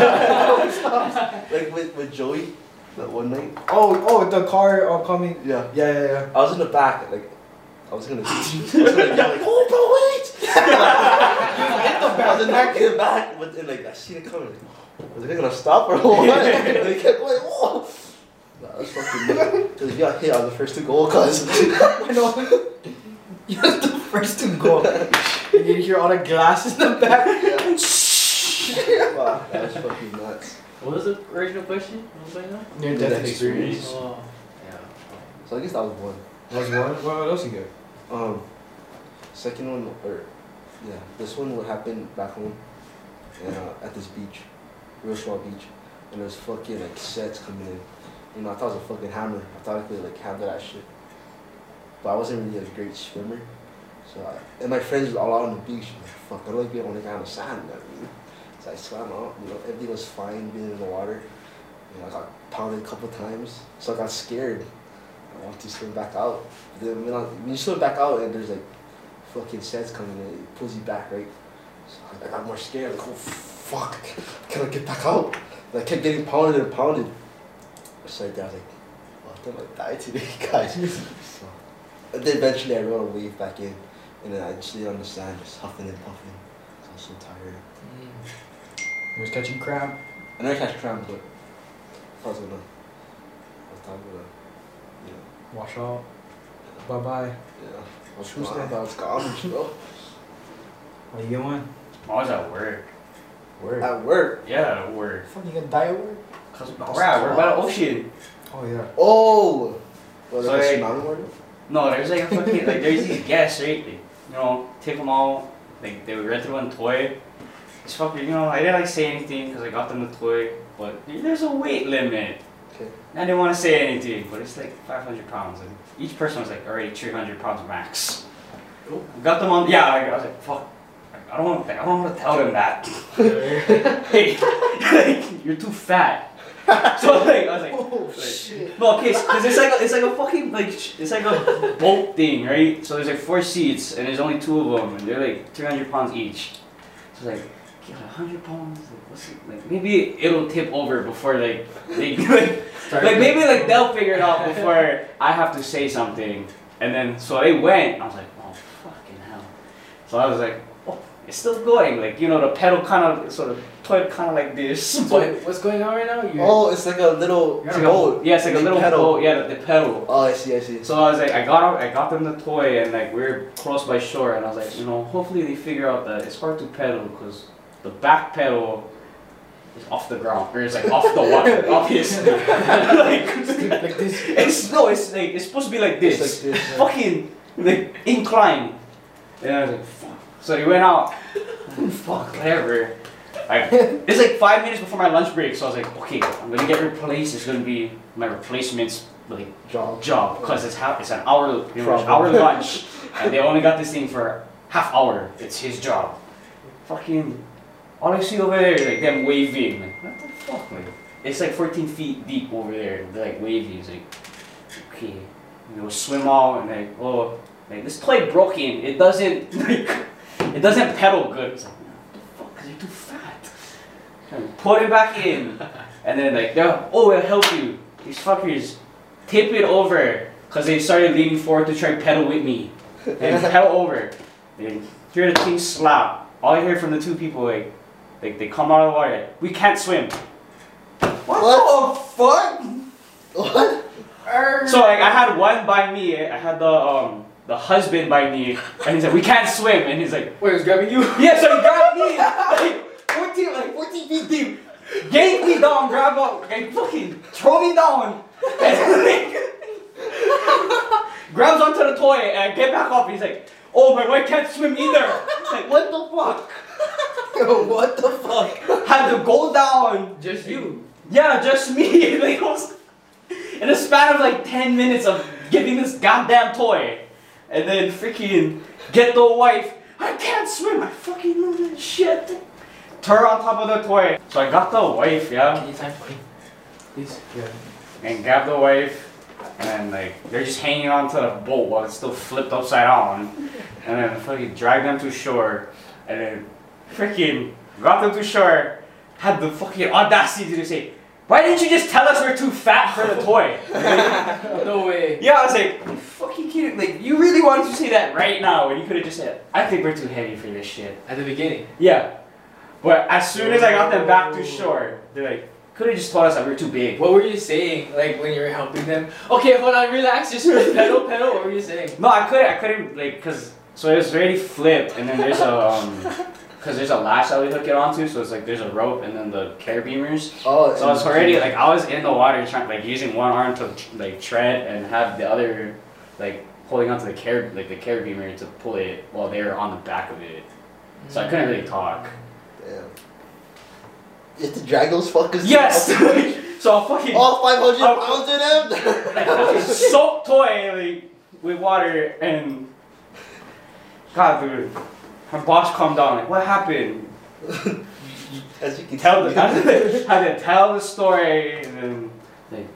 [SPEAKER 4] Yeah. like with, with Joey, that one night.
[SPEAKER 2] Oh, oh, the car uh, coming.
[SPEAKER 4] Yeah.
[SPEAKER 2] Yeah, yeah, yeah.
[SPEAKER 4] I was in the back. Like I was gonna. I was gonna yell like, oh bro, wait! I was in the back, in the back, but then like I see it coming. Like, was it gonna stop or what? and they kept going. Whoa. Nah, that's fucking nuts. Cause if you got hit, I was the first to go. Cause
[SPEAKER 2] I know. You're the first to go. and you hear all the glass in the back.
[SPEAKER 4] yeah. Wow, that was fucking nuts.
[SPEAKER 3] What was the original question? What was I now?
[SPEAKER 2] Near death experience.
[SPEAKER 3] Oh. Yeah.
[SPEAKER 4] So I guess that was one.
[SPEAKER 2] Was one. What else you got?
[SPEAKER 4] Um, second one or yeah, this one would happen back home, uh, at this beach, real small beach, and there's fucking like sets coming in. You know, I thought it was a fucking hammer. I thought I could like handle that shit, but I wasn't really a great swimmer. So I, and my friends were all out on the beach. I'm like, fuck, I don't like being on the on the sand. you know what I mean, so I swam out. You know, everything was fine being in the water. You know, I got pounded a couple times, so I got scared. I wanted to swim back out. Then when, I, when you swim back out and there's like fucking sets coming in, it pulls you back, right? So I- I got more scared, like, oh fuck, can I get back out? And I kept getting pounded and pounded. So I was like, well, I think I die today, guys. so, and then eventually I rode a wave back in, and then I just didn't understand, just huffing and puffing. So I was so tired.
[SPEAKER 3] Mm.
[SPEAKER 2] He was catching crab.
[SPEAKER 4] I never catch cramp, but I was gonna, I was gonna, you know.
[SPEAKER 2] Wash out. Bye bye.
[SPEAKER 4] Yeah, I was
[SPEAKER 2] Who's
[SPEAKER 4] gone. I
[SPEAKER 2] that?
[SPEAKER 4] thought I was gone, bro.
[SPEAKER 2] What you going?
[SPEAKER 5] I was at work.
[SPEAKER 2] Word.
[SPEAKER 4] At work,
[SPEAKER 5] Yeah, at work.
[SPEAKER 2] Fuck, you gonna die at work?
[SPEAKER 5] Cause we're at work by the ocean.
[SPEAKER 2] Oh yeah.
[SPEAKER 4] Oh, Was
[SPEAKER 5] So,
[SPEAKER 4] it
[SPEAKER 5] like-
[SPEAKER 4] a tsunami warning?
[SPEAKER 5] No, there's like a fucking like there's these guests, right? They, you know, take them all. Like they would rent them one toy. It's fucking you know I didn't like say anything because I got them the toy, but there's a weight limit.
[SPEAKER 4] Okay.
[SPEAKER 5] And I didn't want to say anything, but it's like 500 pounds, and each person was like already 300 pounds max.
[SPEAKER 3] Cool.
[SPEAKER 5] Got them on, yeah. Like, I was like, fuck. Like, I don't want. Like, I don't want to tell them that. hey, like, you're too fat. So like, I was like,
[SPEAKER 4] Oh
[SPEAKER 5] Like- no, okay, because it's like a, it's like a fucking like sh- it's like a boat thing, right? So there's like four seats and there's only two of them, and they're like 300 pounds each. So it's like, get 100 pounds. Like, what's it, like maybe it'll tip over before like they like,
[SPEAKER 3] Start
[SPEAKER 5] like maybe like they'll figure it out before I have to say something. And then so they went. I was like, oh fucking hell. So I was like, oh, it's still going. Like you know, the pedal kind of sort of toy kind of like this,
[SPEAKER 3] So
[SPEAKER 5] but.
[SPEAKER 3] wait, what's going on right now? You're,
[SPEAKER 4] Oh, it's like a little
[SPEAKER 5] It's like
[SPEAKER 4] boat.
[SPEAKER 5] a, yeah, it's like a
[SPEAKER 4] Big
[SPEAKER 5] little
[SPEAKER 4] pedal.
[SPEAKER 5] boat. Yeah, the, the pedal.
[SPEAKER 4] Oh, I see, I see.
[SPEAKER 5] So I was like, I got I got them the toy, and like we are close by shore, and I was like, you know, hopefully they figure out that it's hard to pedal because the back pedal is off the ground or it's like off the water, obviously. like,
[SPEAKER 3] like this.
[SPEAKER 5] it's no, it's like it's supposed to be like this,
[SPEAKER 4] It's like this.
[SPEAKER 5] fucking like incline. And I was like, fuck. So he went out. fuck, whatever. I, it's like five minutes before my lunch break, so I was like, okay, I'm gonna get replaced. It's gonna be my replacement's like
[SPEAKER 4] Job.
[SPEAKER 5] job because it's half, it's an hour you know, it's
[SPEAKER 4] Problem.
[SPEAKER 5] hour lunch and they only got this thing for half hour. It's his job. Fucking all I see over there is like them waving. Like, what the fuck, man? It's like 14 feet deep over there. They're like waving. It's like okay, you know, swim out and like oh, like this toy broken. It doesn't like it doesn't pedal good. It's like what the fuck? Cause you're too fat. And put it back in, and then like they're oh, it'll help you. These fuckers tip it over because they started leaning forward to try and pedal with me. And pedal over. And hear the thing slap. All I hear from the two people like, like they come out of the water. We can't swim. What, the fuck?
[SPEAKER 4] What?
[SPEAKER 5] So like I had one by me. eh, I had the um the husband by me, and he's like, we can't swim, and he's like,
[SPEAKER 3] Wait, it's grabbing you?
[SPEAKER 5] yeah, so he grabbed me like 14, like 14 feet deep, yanked me down, grab up, like fucking throw me down, and like, grabs onto the toy, and I get back up. He's like, oh, my wife can't swim either. It's like what the fuck?
[SPEAKER 4] Yo, what the fuck?
[SPEAKER 5] Had to go down.
[SPEAKER 3] Just you.
[SPEAKER 5] Yeah, just me. like, I was, in the span of like 10 minutes of getting this goddamn toy, and then freaking get the wife. I can't swim. I fucking lose that shit. Turn on top of the toy. So I got the wife, yeah,
[SPEAKER 3] Can you time for me? Please.
[SPEAKER 5] and grabbed the wife. And like they're just hanging onto the boat while it's still flipped upside down, and then fucking drag them to shore, and then freaking got them to shore, had the fucking audacity to say, why didn't you just tell us we're too fat for the toy?
[SPEAKER 3] No way.
[SPEAKER 5] yeah, I was like, "Are you fucking kidding? Like, you really wanted to say that right now, and you could have just said, I think we're too heavy for this shit.
[SPEAKER 3] At the beginning.
[SPEAKER 5] Yeah. But as soon as I got them back to shore, they're like, could have just told us that we're too big.
[SPEAKER 3] What were you saying, like when you were helping them? Okay, hold on, relax, just pedal, pedal. What were you saying?
[SPEAKER 5] No, I couldn't. I couldn't like, cause so it was already flipped, and then there's a um, cause there's a lash that we hook it onto, so it's like there's a rope, and then the care beamers.
[SPEAKER 4] Oh,
[SPEAKER 5] So I was already like I was in the water trying like using one arm to like tread and have the other like holding onto the care like the care beamer to pull it while they were on the back of it. So I couldn't really talk.
[SPEAKER 4] Damn. You have to drag those fuckers.
[SPEAKER 5] Yes.
[SPEAKER 4] up-
[SPEAKER 5] so I fucking
[SPEAKER 4] All 500
[SPEAKER 5] Oh.
[SPEAKER 4] pounds of them?
[SPEAKER 5] like, fucking soaked toy like with water and God dude. Her boss calmed down like what happened?
[SPEAKER 4] As you can
[SPEAKER 5] Tell
[SPEAKER 4] see.
[SPEAKER 5] the I had to tell the story and then like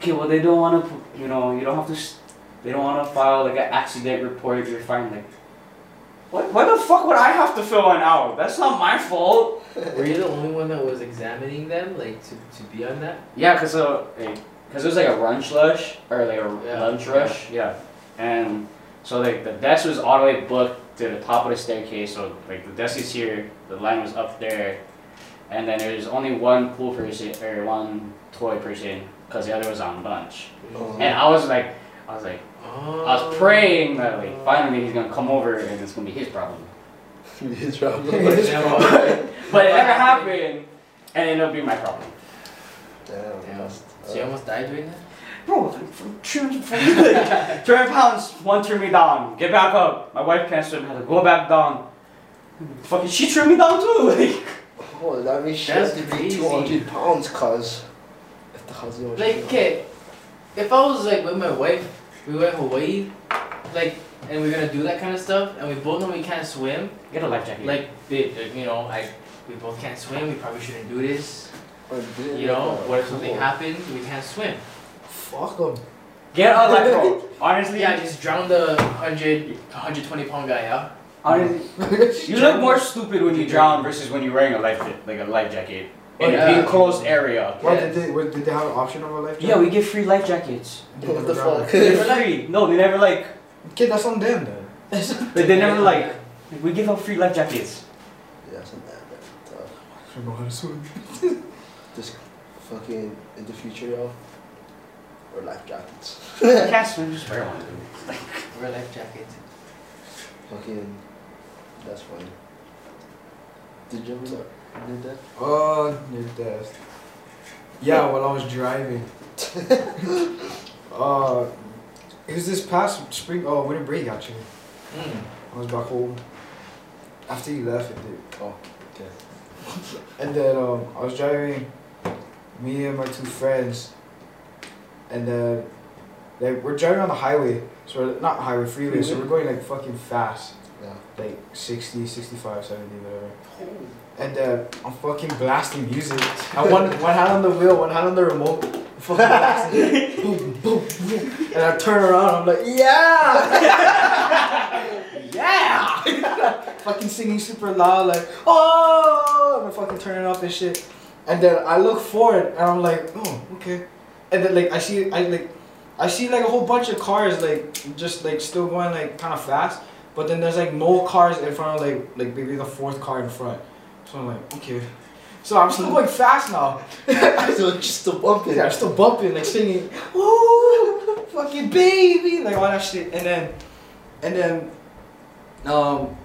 [SPEAKER 5] okay well they don't wanna pu- you know, you don't have to s- they don't wanna file like an accident report if you're fine like what why the fuck would I have to fill one out? That's not my fault.
[SPEAKER 3] Were you the only one that was examining them, like to, to be on that?
[SPEAKER 5] Yeah, cause uh, like, cause it was like a lunch rush or like a
[SPEAKER 3] Yeah.
[SPEAKER 5] lunch rush, yeah. And so like the desk was all the way booked to the top of the staircase. So like the desk is here, the line was up there, and then there's only one pool person or one toy person because the other was on lunch.
[SPEAKER 6] Uh-huh.
[SPEAKER 4] Oh.
[SPEAKER 5] And I was like, I was like, I
[SPEAKER 3] Oh.
[SPEAKER 5] was praying that like finally he's gonna come over and it's gonna be his problem.
[SPEAKER 4] His problem.
[SPEAKER 5] But it never happened, and it'll be my problem.
[SPEAKER 4] Damn.
[SPEAKER 3] Damn.
[SPEAKER 4] that's-
[SPEAKER 3] So you almost died doing that?
[SPEAKER 6] Bro, from two, from two hundred pounds, one turned me down. Get back up. My wife can't swim, had to go back down. Fucking, she turned me down too. Like,
[SPEAKER 4] Oh, that means she
[SPEAKER 3] That's
[SPEAKER 4] has to be
[SPEAKER 3] crazy.
[SPEAKER 4] 200 pounds, cuz. If the house is
[SPEAKER 3] Like, okay, if I was like with my wife, we went to Hawaii, like, and we're gonna do that kind of stuff, and we both know we can't swim.
[SPEAKER 6] get a life jacket.
[SPEAKER 3] Like, babe, like, you know, I, we both can't swim. We probably shouldn't do this. You know, what if something happens? We can't swim.
[SPEAKER 2] Fuck them.
[SPEAKER 6] get a life, bro. Honestly,
[SPEAKER 3] Yeah, just drown the 100, 120 pound guy out.
[SPEAKER 6] honestly, you look more stupid when you drown versus when you're wearing a life ja- like a life jacket in
[SPEAKER 3] Yeah.
[SPEAKER 6] an enclosed area.
[SPEAKER 2] Why
[SPEAKER 3] Yeah.
[SPEAKER 2] did they? What, did they have an option of a life?
[SPEAKER 6] Yeah, we get free life jackets.
[SPEAKER 4] What the fuck?
[SPEAKER 6] They're free. No, they never like.
[SPEAKER 2] Kid, that's on them then.
[SPEAKER 6] They, they never like. We give out free life jackets.
[SPEAKER 4] Yeah, that's not bad. That's tough.
[SPEAKER 2] I don't know how to swim.
[SPEAKER 4] Just fucking in the future, y'all. Or life jackets.
[SPEAKER 6] You can't swim, just wear one.
[SPEAKER 3] Wear life jackets.
[SPEAKER 4] Fucking. That's funny. Did you ever did that?
[SPEAKER 2] Oh, your test. Yeah, while I was driving. uh, it was this past spring. Oh, winter break actually.
[SPEAKER 3] Mm.
[SPEAKER 2] I was back home after you left, it did.
[SPEAKER 4] Oh, okay.
[SPEAKER 2] And then um, I was driving, me and my two friends, and then like we're driving on the highway, so we're, not highway freeway, so we're going like fucking fast,
[SPEAKER 4] Yeah.
[SPEAKER 2] like 60, 65, 70, whatever. And uh, I'm fucking blasting music. I one one hand on the wheel, one hand on the remote. Fucking blasting. boom, boom, boom. And I turn around, I'm like, yeah,
[SPEAKER 6] Yeah.
[SPEAKER 2] fucking singing super loud, like, oh, and I'm fucking turning up and shit. And then I look forward, and I'm like, oh, okay. And then like I see, I like, I see like a whole bunch of cars like just like still going like kind of fast, but then there's like no cars in front of like like maybe the fourth car in front. So I'm like, okay. So I'm still going fast now.
[SPEAKER 4] so just still bumping.
[SPEAKER 2] Yeah, I'm still bumping, like singing, ooh, fucking baby, like all that shit. And then, and then, um,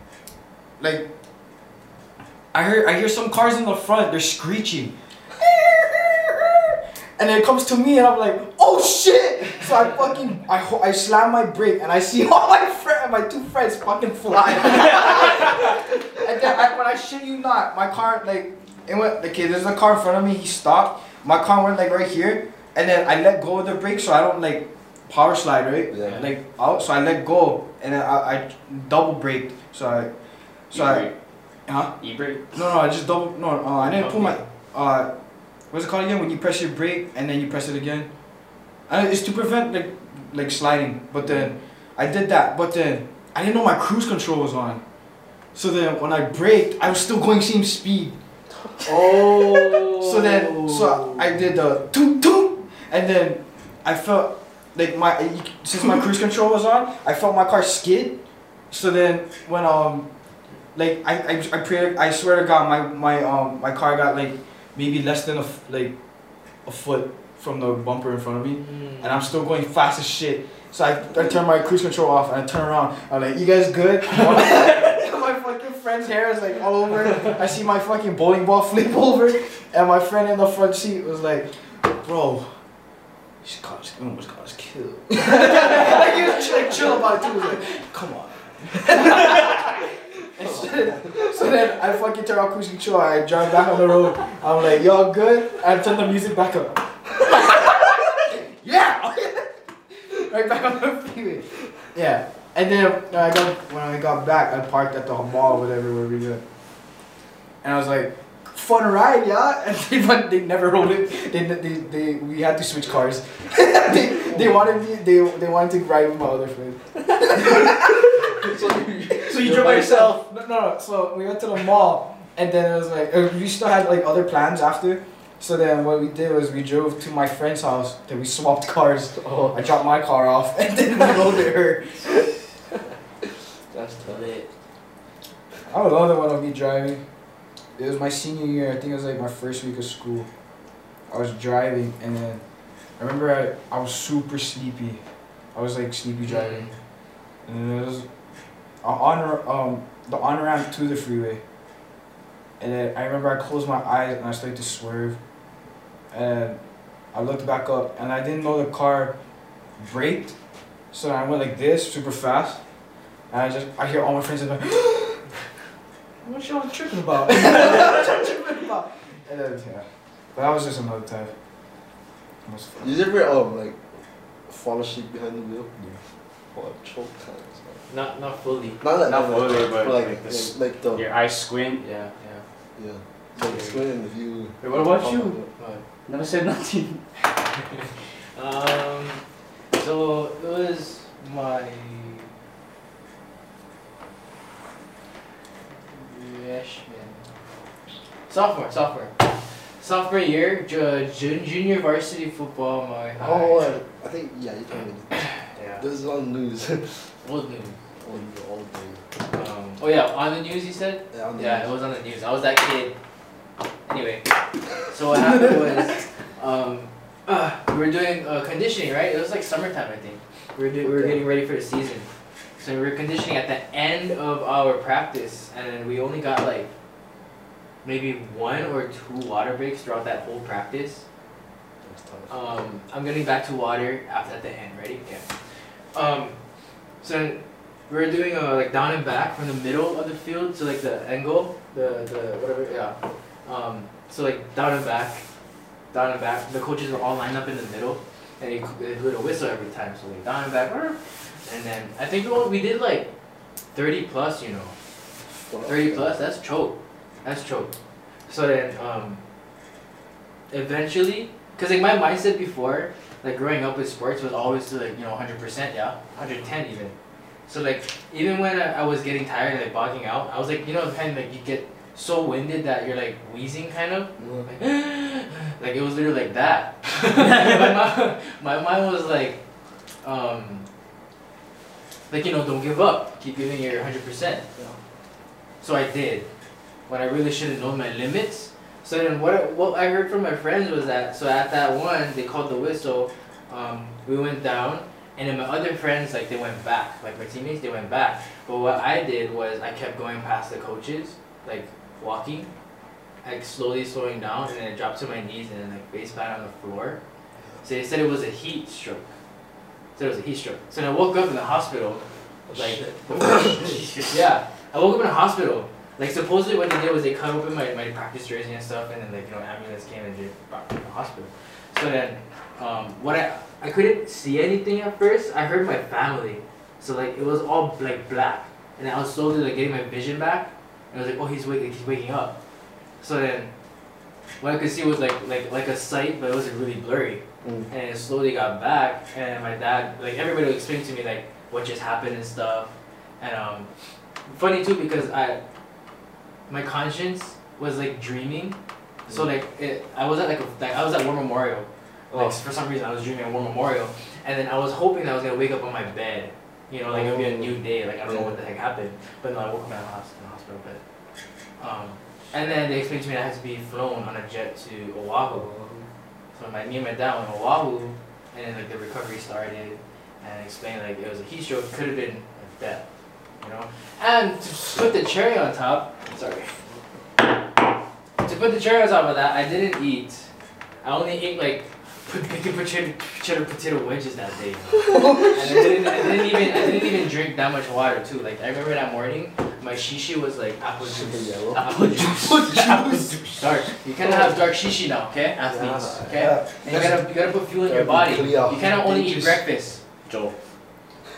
[SPEAKER 2] like, I hear I hear some cars in the front, they're screeching. And then it comes to me, and I'm like, oh shit! So I fucking, I, ho- I slam my brake, and I see all my friend, my two friends fucking fly. and then I, when I shit you not, my car like, it went. Okay, there's a car in front of me. He stopped. My car went like right here, and then I let go of the brake, so I don't like power slide, right?
[SPEAKER 4] Yeah.
[SPEAKER 2] Like out, so I let go, and then I, I double braked, so I, so I, huh?
[SPEAKER 5] E brake.
[SPEAKER 2] No, no, I just double. No, uh, I didn't pull my. Uh, what's it called again? When you press your brake and then you press it again. And it's to prevent like like sliding. But then I did that. But then I didn't know my cruise control was on. So then when I braked, I was still going same speed.
[SPEAKER 3] Oh.
[SPEAKER 2] So then, so I did the toot toot, and then I felt like my since my cruise control was on, I felt my car skid. So then when um, like I I, I pray I swear to God my my um my car got like maybe less than a f- like a foot from the bumper in front of me,
[SPEAKER 3] Mm.
[SPEAKER 2] and I'm still going fast as shit. So I, I turn my cruise control off and I turn around. I'm like, you guys good? my fucking friend's hair is like all over. I see my fucking bowling ball flip over, and my friend in the front seat was like, bro, she got us, almost got us killed. like he was like chill about it too. He was like, come on. And so- so then I fucking turn off cruise control. I drive back on the road. I'm like, y'all good? I turn the music back up. yeah. right back on the freeway. Yeah. And then when I got when I got back, I parked at the mall, whatever, where we were. And I was like, fun ride, yeah. And they went, they never rolled it. They, they, they we had to switch cars. they, they wanted me they they wanted to ride with my other friend.
[SPEAKER 6] So you drove by yourself.
[SPEAKER 2] No, no, no. So we went to the mall, and then it was like uh, we still had like other plans after. So then what we did was we drove to my friend's house. Then we swapped cars.
[SPEAKER 4] Oh,
[SPEAKER 2] I dropped my car off, and then we rode to her.
[SPEAKER 4] that's tough.
[SPEAKER 2] I was another one of me driving. It was my senior year. I think it was like my first week of school. I was driving and then I remember I, I was super sleepy. I was like sleepy driving. And then it was uh, on um the on ramp to the freeway. And then I remember I closed my eyes and I started to swerve. And I looked back up and I didn't know the car braked, so I went like this super fast, and I just I hear all my friends and like, what y'all tripping about? what y'all tripping about? And then, yeah, but that was just another time. It was fun.
[SPEAKER 4] You ever um like fall asleep behind the wheel?
[SPEAKER 2] Yeah.
[SPEAKER 4] Oh, I've choked times. man.
[SPEAKER 3] Not not fully.
[SPEAKER 4] Not that
[SPEAKER 5] Not
[SPEAKER 4] bad,
[SPEAKER 5] fully,
[SPEAKER 4] like
[SPEAKER 5] but like
[SPEAKER 4] like,
[SPEAKER 5] this-
[SPEAKER 4] like the
[SPEAKER 5] Your eyes squint.
[SPEAKER 3] Yeah, yeah.
[SPEAKER 4] yeah. Like swim if you.
[SPEAKER 6] Wait, what about you?
[SPEAKER 2] Um,
[SPEAKER 3] But
[SPEAKER 6] Never said nothing.
[SPEAKER 3] Um, so it was my freshman, sophomore, sophomore, sophomore year, ju- ju- junior varsity football. My high.
[SPEAKER 4] Oh, I- I think yeah, you told me.
[SPEAKER 3] yeah,
[SPEAKER 4] This is on news. on
[SPEAKER 3] old news.
[SPEAKER 4] the old thing.
[SPEAKER 3] Um, oh yeah, on the news. You said.
[SPEAKER 4] Yeah, on the
[SPEAKER 3] Yeah, it
[SPEAKER 4] news.
[SPEAKER 3] was on the news. I was that kid. Anyway, so what happened was, um, uh, we were doing uh, conditioning, right? It was like summertime, I think. We were, do- we were getting ready for the season. So we were conditioning at the end of our practice, and then we only got like maybe one or two water breaks throughout that whole practice.
[SPEAKER 4] That's tough.
[SPEAKER 3] Um, I'm getting back to water after at the end. Ready? Yeah. Um, so we are doing a like down and back from the middle of the field to like the end goal, the the whatever. Yeah. Um, so like down and back, down and back. The coaches were all lined up in the middle, and they, they blew a whistle every time. So like down and back, and then I think we all- we did like thirty plus. You know.
[SPEAKER 4] Well,
[SPEAKER 3] 30 plus, that's choke. That's choke. So then, um, eventually, because like my mindset before, like growing up with sports was always to like, you know, 100%, yeah, 110 even. So like, even when I, I was getting tired and like bogging out, I was like, you know, the kind of like you get so winded that you're like wheezing kind of.
[SPEAKER 4] Yeah.
[SPEAKER 3] Like, like it was literally like that. my, mind, my mind was like, um, like you know, don't give up. Keep giving it your hundred percent. So I did, when I really should have known my limits. So then what? I, what I heard from my friends was that so at that one they called the whistle. Um, we went down, and then my other friends like they went back. Like my teammates, they went back. But what I did was I kept going past the coaches, like walking like slowly slowing down and then I dropped to my knees and then like face plant on the floor. So they said it was a heat stroke. So it was a heat stroke. So then I woke up in the hospital. Like yeah. I woke up in the hospital. Like supposedly what they did was they cut open my, my practice jersey and stuff and then like you know ambulance came and they brought me to the hospital. So then um, what I I couldn't see anything at first. I heard my family. So like it was all like black. And I was slowly like getting my vision back. And I was like, oh he's waking he's waking up. So then, what I could see was like like like a sight, but it wasn't really blurry.
[SPEAKER 4] Mm.
[SPEAKER 3] And it slowly got back, and my dad, like everybody, explained to me like what just happened and stuff. And um, funny too because I, my conscience was like dreaming, so like it, I was at like, a, like I was at War Memorial. Like for some reason I was dreaming at War Memorial, and then I was hoping that I was gonna wake up on my bed. You know, like it'll be a new day. Like I don't know what the heck happened, but no, I woke up in the hos- in the hospital bed. Um, and then they explained to me that I had to be flown on a jet to Oahu. So my, me and my dad went to Oahu, and then like the recovery started, and explained like it was a heat stroke, could have been like death, you know. And Um, to put the cherry on top, sorry. To put the cherry on top of that, I didn't eat. I only ate like put bacon cheddar, cheddar potato wedges that day. and I didn't, I didn't even I didn't even drink that much water too. Like I remember that morning, my shishi was like apple
[SPEAKER 4] Super
[SPEAKER 3] juice.
[SPEAKER 4] yellow.
[SPEAKER 3] Apple juice. Apple juice. Dark. You cannot have dark shishi now, okay? Athletes, okay? And you gotta you gotta put fuel in your body. You cannot only eat breakfast.
[SPEAKER 7] Joel.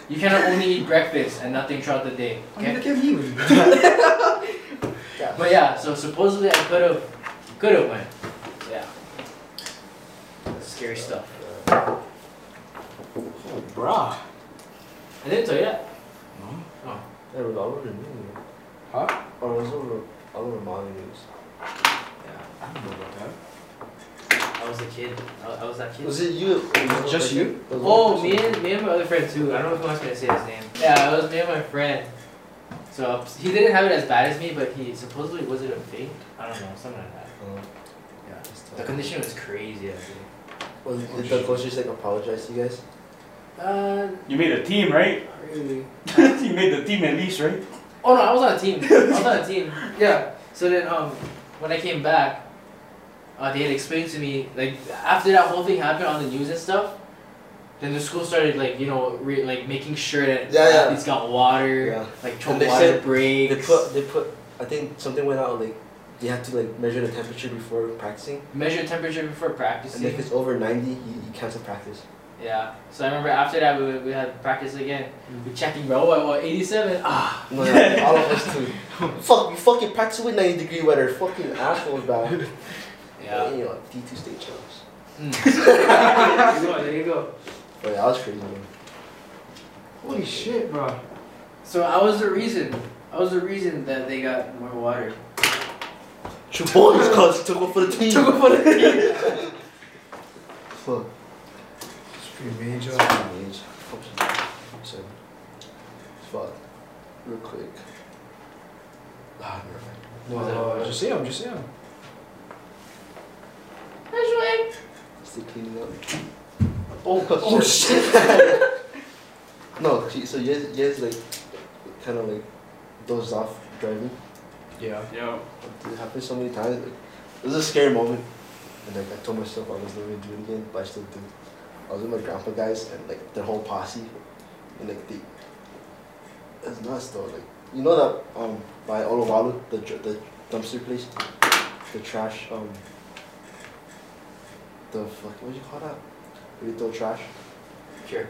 [SPEAKER 3] You cannot only eat breakfast and nothing throughout the day. Okay.
[SPEAKER 2] Look at you.
[SPEAKER 3] But yeah, so supposedly I could have could have went. Yeah. Scary stuff.
[SPEAKER 2] Bruh.
[SPEAKER 3] I didn't tell you that.
[SPEAKER 4] It was all over the news.
[SPEAKER 2] Huh?
[SPEAKER 4] Or was it over all over my news?
[SPEAKER 3] Yeah.
[SPEAKER 2] I don't know about that.
[SPEAKER 3] I was a kid. I, I was that kid.
[SPEAKER 4] Was it you? Was it
[SPEAKER 2] Just
[SPEAKER 4] like-
[SPEAKER 2] you?
[SPEAKER 4] was it one
[SPEAKER 3] Oh,
[SPEAKER 4] person?
[SPEAKER 3] me and me and my other friend too. I don't know if he wants me to say his name. Yeah, it was me and my friend. So he didn't have it as bad as me, but he supposedly was it a fake? I don't know, something like that.
[SPEAKER 4] Oh.
[SPEAKER 3] Yeah.
[SPEAKER 4] That's
[SPEAKER 3] The
[SPEAKER 4] tough.
[SPEAKER 3] condition was crazy. I think.
[SPEAKER 4] Was did the coach just like apologize to you guys?
[SPEAKER 3] Uh,
[SPEAKER 6] You made a team, right?
[SPEAKER 3] not really.
[SPEAKER 6] you made the team at least, right?
[SPEAKER 3] Oh no, I was on a team. I was on a team. Yeah. So then, um, when I came back, uh, they had explained to me like after that whole thing happened on the news and stuff. Then the school started like you know re- like making sure that
[SPEAKER 4] Yeah, yeah.
[SPEAKER 3] athletes got water,
[SPEAKER 4] Yeah.
[SPEAKER 3] like took
[SPEAKER 4] they
[SPEAKER 3] water
[SPEAKER 4] said
[SPEAKER 3] breaks.
[SPEAKER 4] They put they put. I think something went out like you have to like measure the temperature before practicing,
[SPEAKER 3] measure temperature before
[SPEAKER 4] and if
[SPEAKER 3] practicing.
[SPEAKER 4] it's over ninety, you, you cancel practice.
[SPEAKER 3] Yeah. So I remember after that we, we had practice again.
[SPEAKER 4] Mm.
[SPEAKER 3] We checking bro. What, what 87? Ah.
[SPEAKER 4] No, no, all of us too. Fuck, you fucking practice with ninety degree weather. Fucking assholes, bro.
[SPEAKER 3] Yeah. Mm.
[SPEAKER 4] You know, D two state champs.
[SPEAKER 6] there you go. There you go.
[SPEAKER 4] But Oh, yeah, that was crazy. Man.
[SPEAKER 6] Holy shit, bro.
[SPEAKER 3] So I was the reason. I was the reason that they got more water.
[SPEAKER 4] Trebonis cuz took one for the team. Fuck.
[SPEAKER 2] It's pretty major.
[SPEAKER 4] So, fuck. Real quick. Ah, never mind.
[SPEAKER 2] No, no, just see him, just see him.
[SPEAKER 4] Still cleaning up.
[SPEAKER 3] Oh,
[SPEAKER 4] Oh shit. no, she- so yes, yes, like kind of like dozed off driving.
[SPEAKER 2] Yeah.
[SPEAKER 5] Yo.
[SPEAKER 4] It happened so many times. Like, it was a scary moment, and like I told myself I was never gonna do it again, but I still did. I was with my grandpa guys and like their whole posse, and like they. It's nuts though. Like you know that um by Olowalu the dr- the dumpster place, the trash um. The fuck what do you call that? Where you throw trash.
[SPEAKER 3] Sure.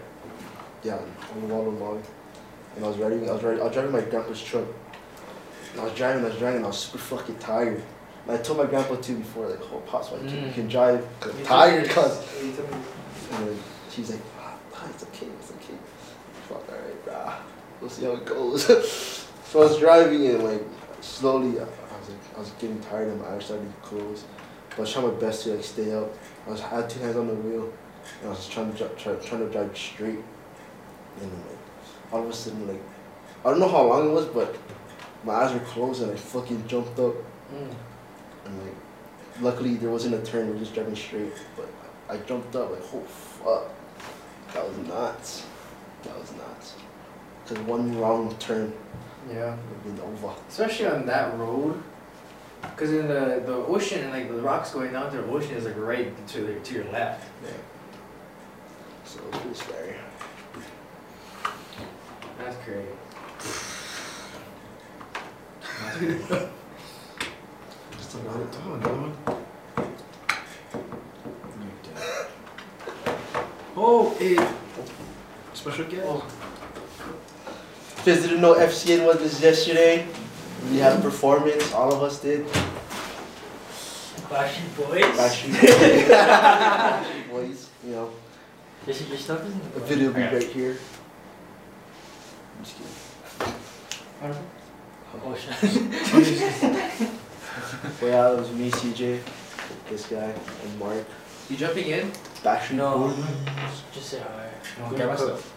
[SPEAKER 4] Yeah, on the wall of Maui. And I was riding, I was riding, I was driving my grandpa's truck. And I was driving, I was driving, and I was super fucking tired. And I told my grandpa too before, like, oh, pops, why you can, you
[SPEAKER 3] Mm.
[SPEAKER 4] can drive? 'cause I'm
[SPEAKER 3] You
[SPEAKER 4] tired,
[SPEAKER 3] told-
[SPEAKER 4] cuz.
[SPEAKER 3] you told me.
[SPEAKER 4] And then she's like, ah, ah, it's okay, it's okay. Fuck, alright, brah. We'll see how it goes. so I was driving and like slowly, I, I was like, I was getting tired and my eyes started to close. But I was trying my best to like stay up. I was I had two hands on the wheel, and I was just trying to dri- try, trying to drive straight. And then, like, all of a sudden, like, I don't know how long it was, but my eyes were closed and I fucking jumped up.
[SPEAKER 3] Mm.
[SPEAKER 4] And like, luckily there wasn't a turn. We were just driving straight. But I jumped up like, oh fuck, that was nuts. That was nuts. Cause one wrong turn
[SPEAKER 3] Yeah.
[SPEAKER 4] would have been over.
[SPEAKER 3] Especially on that road. Cause in the the ocean and like the rocks going down to the ocean is like right to the, to your left.
[SPEAKER 4] Yeah. So it was scary.
[SPEAKER 3] That's great.
[SPEAKER 4] Just
[SPEAKER 2] Come on, come on. Oh, it. Special guest.
[SPEAKER 4] Guys didn't know FCN was this yesterday. We had a performance. All of us did.
[SPEAKER 8] Flashy boys.
[SPEAKER 4] Backstreet Boys. Backstreet Boys. You know,
[SPEAKER 8] Your, your stuff isn't.
[SPEAKER 4] the video will be
[SPEAKER 5] Okay.
[SPEAKER 4] right here. I'm just kidding.
[SPEAKER 8] Oh shit.
[SPEAKER 4] But yeah, it was me, CJ, this guy, and Mark.
[SPEAKER 3] You jumping in?
[SPEAKER 4] Backstreet
[SPEAKER 8] No.
[SPEAKER 4] Boys.
[SPEAKER 8] Just say hi.
[SPEAKER 2] No, get my stuff.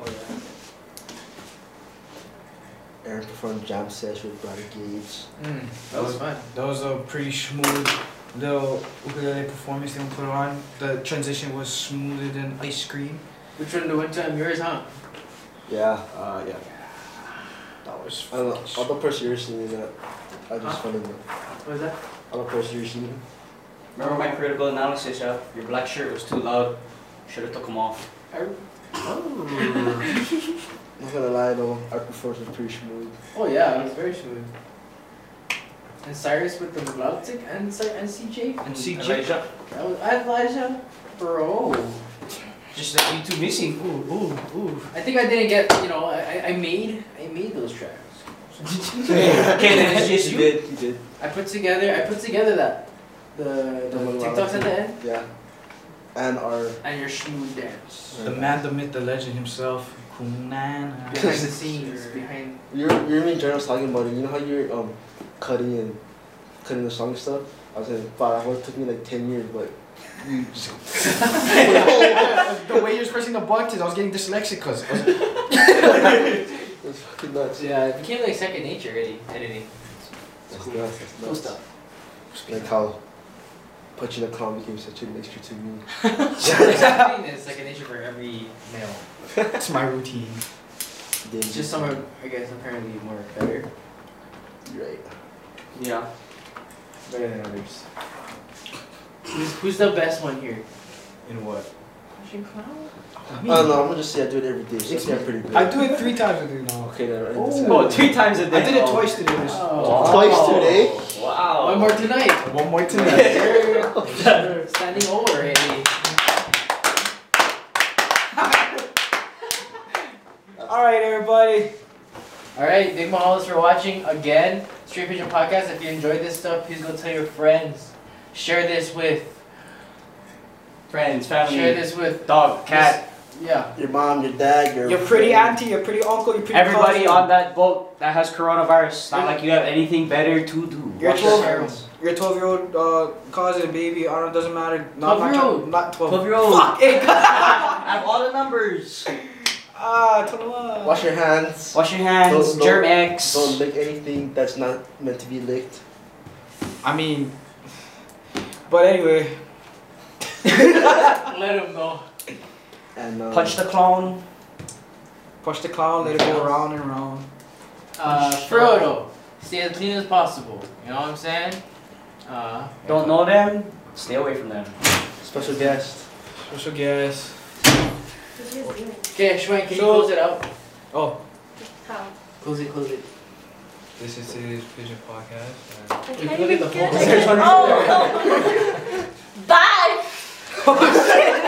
[SPEAKER 8] Oh yeah.
[SPEAKER 4] Aaron performed jam sesh with Brother Gage.
[SPEAKER 3] Mm, that was fun.
[SPEAKER 2] That was a pretty smooth little ukulele performance they put on. The transition was smoother than ice cream.
[SPEAKER 3] Which one the one time yours, huh?
[SPEAKER 4] Yeah, uh, yeah.
[SPEAKER 2] That was.
[SPEAKER 4] I don't know. I'll not seriously in that. I just
[SPEAKER 3] Huh?
[SPEAKER 4] found it.
[SPEAKER 3] What was that?
[SPEAKER 4] I'll not seriously.
[SPEAKER 8] Remember my critical analysis, yeah? Your black shirt was too loud. Should have took them off.
[SPEAKER 2] Oh.
[SPEAKER 4] Not gonna lie though, our performance was pretty smooth.
[SPEAKER 3] Oh yeah, it was very smooth. And Cyrus with the Meltic and Cy- and CJ.
[SPEAKER 2] and CJ.
[SPEAKER 8] Elijah.
[SPEAKER 3] That was I Elijah, bro.
[SPEAKER 2] Just like you two missing. Ooh, ooh, ooh.
[SPEAKER 3] I think I didn't get you know I, I- I made I made those tracks.
[SPEAKER 8] okay, then it's just
[SPEAKER 4] He
[SPEAKER 8] you.
[SPEAKER 4] did, he did.
[SPEAKER 3] I put together I put together that the, the
[SPEAKER 4] The one
[SPEAKER 3] TikToks at the end
[SPEAKER 4] Yeah. And our uh,
[SPEAKER 3] and your smooth dance.
[SPEAKER 2] The man, the myth, the legend himself. Kunana.
[SPEAKER 3] Behind the scenes, behind
[SPEAKER 4] you were- you were me and Jordan was talking about it. You know how you're um cutting and cutting the song and stuff? I was like, wow, that would took me like ten years, but you just
[SPEAKER 2] the way you're expressing the buttons, I was getting dyslexic because
[SPEAKER 4] it was fucking nuts.
[SPEAKER 3] yeah, it became like second nature already editing.
[SPEAKER 4] That's nuts, that's
[SPEAKER 3] Cool
[SPEAKER 4] nuts.
[SPEAKER 3] stuff.
[SPEAKER 4] Like how punching a clown became such an extra to me.
[SPEAKER 3] Something that's second nature for every male.
[SPEAKER 2] it's my routine.
[SPEAKER 4] Then
[SPEAKER 3] It's just some are, I guess apparently more better,
[SPEAKER 4] Right.
[SPEAKER 8] Yeah.
[SPEAKER 3] better than others. Who's, who's the best one here?
[SPEAKER 2] In what?
[SPEAKER 4] I don't know. I'm gonna just say I do it every day. So I think I'm pretty good.
[SPEAKER 2] I do it three times a day now.
[SPEAKER 4] Okay, then. alright, that's it.
[SPEAKER 6] Oh, three times a day.
[SPEAKER 2] I did it twice today. This,
[SPEAKER 4] Twice today.
[SPEAKER 3] Wow. One more tonight.
[SPEAKER 2] One more tonight.
[SPEAKER 3] Standing over, Eddie.
[SPEAKER 2] All right, everybody.
[SPEAKER 3] Alright, big mahalas for watching again. Street Pigeon Podcast. If you enjoyed this stuff, please go tell your friends. Share this with.
[SPEAKER 6] Friends,
[SPEAKER 3] Share
[SPEAKER 6] family,
[SPEAKER 3] this with.
[SPEAKER 6] dog, cat,
[SPEAKER 3] Yeah.
[SPEAKER 4] Your mom, your dad, your
[SPEAKER 2] Your pretty
[SPEAKER 4] friend.
[SPEAKER 2] auntie, your pretty uncle, your pretty
[SPEAKER 6] everybody
[SPEAKER 2] cousin,
[SPEAKER 6] on that boat that has coronavirus. Not like you have anything better to do.
[SPEAKER 2] Your
[SPEAKER 6] Watch
[SPEAKER 2] 12
[SPEAKER 6] yourself.
[SPEAKER 2] your twelve year old uh, cousin, baby. I don't. Doesn't matter. Not not,
[SPEAKER 3] 12-year-old.
[SPEAKER 2] not twelve.
[SPEAKER 8] year old.
[SPEAKER 2] Fuck eh, it.
[SPEAKER 8] I have all the numbers.
[SPEAKER 2] Ah, twenty-one.
[SPEAKER 4] Wash your hands.
[SPEAKER 6] Wash your hands,
[SPEAKER 4] Don't- don't-
[SPEAKER 6] germ X.
[SPEAKER 4] Don't lick anything that's not meant to be licked.
[SPEAKER 2] I mean, but anyway.
[SPEAKER 3] Let him know.
[SPEAKER 4] And um,
[SPEAKER 6] Punch the clone.
[SPEAKER 2] Push the clown, let it go around and around.
[SPEAKER 3] Uh, Frodo, stay as clean as possible. You know what I'm saying? Uh,
[SPEAKER 6] Don't know them.
[SPEAKER 8] Stay away from them.
[SPEAKER 4] special guest.
[SPEAKER 2] Special guest.
[SPEAKER 3] okay, Shwayne, can you
[SPEAKER 2] So-
[SPEAKER 3] close it out?
[SPEAKER 2] Oh,
[SPEAKER 9] How?
[SPEAKER 3] Close it, close it.
[SPEAKER 2] this is today's Pigeon Podcast.
[SPEAKER 9] I can't
[SPEAKER 3] look at
[SPEAKER 9] even
[SPEAKER 3] the
[SPEAKER 9] get
[SPEAKER 3] phone.
[SPEAKER 9] I can't- Oh, no. Bye!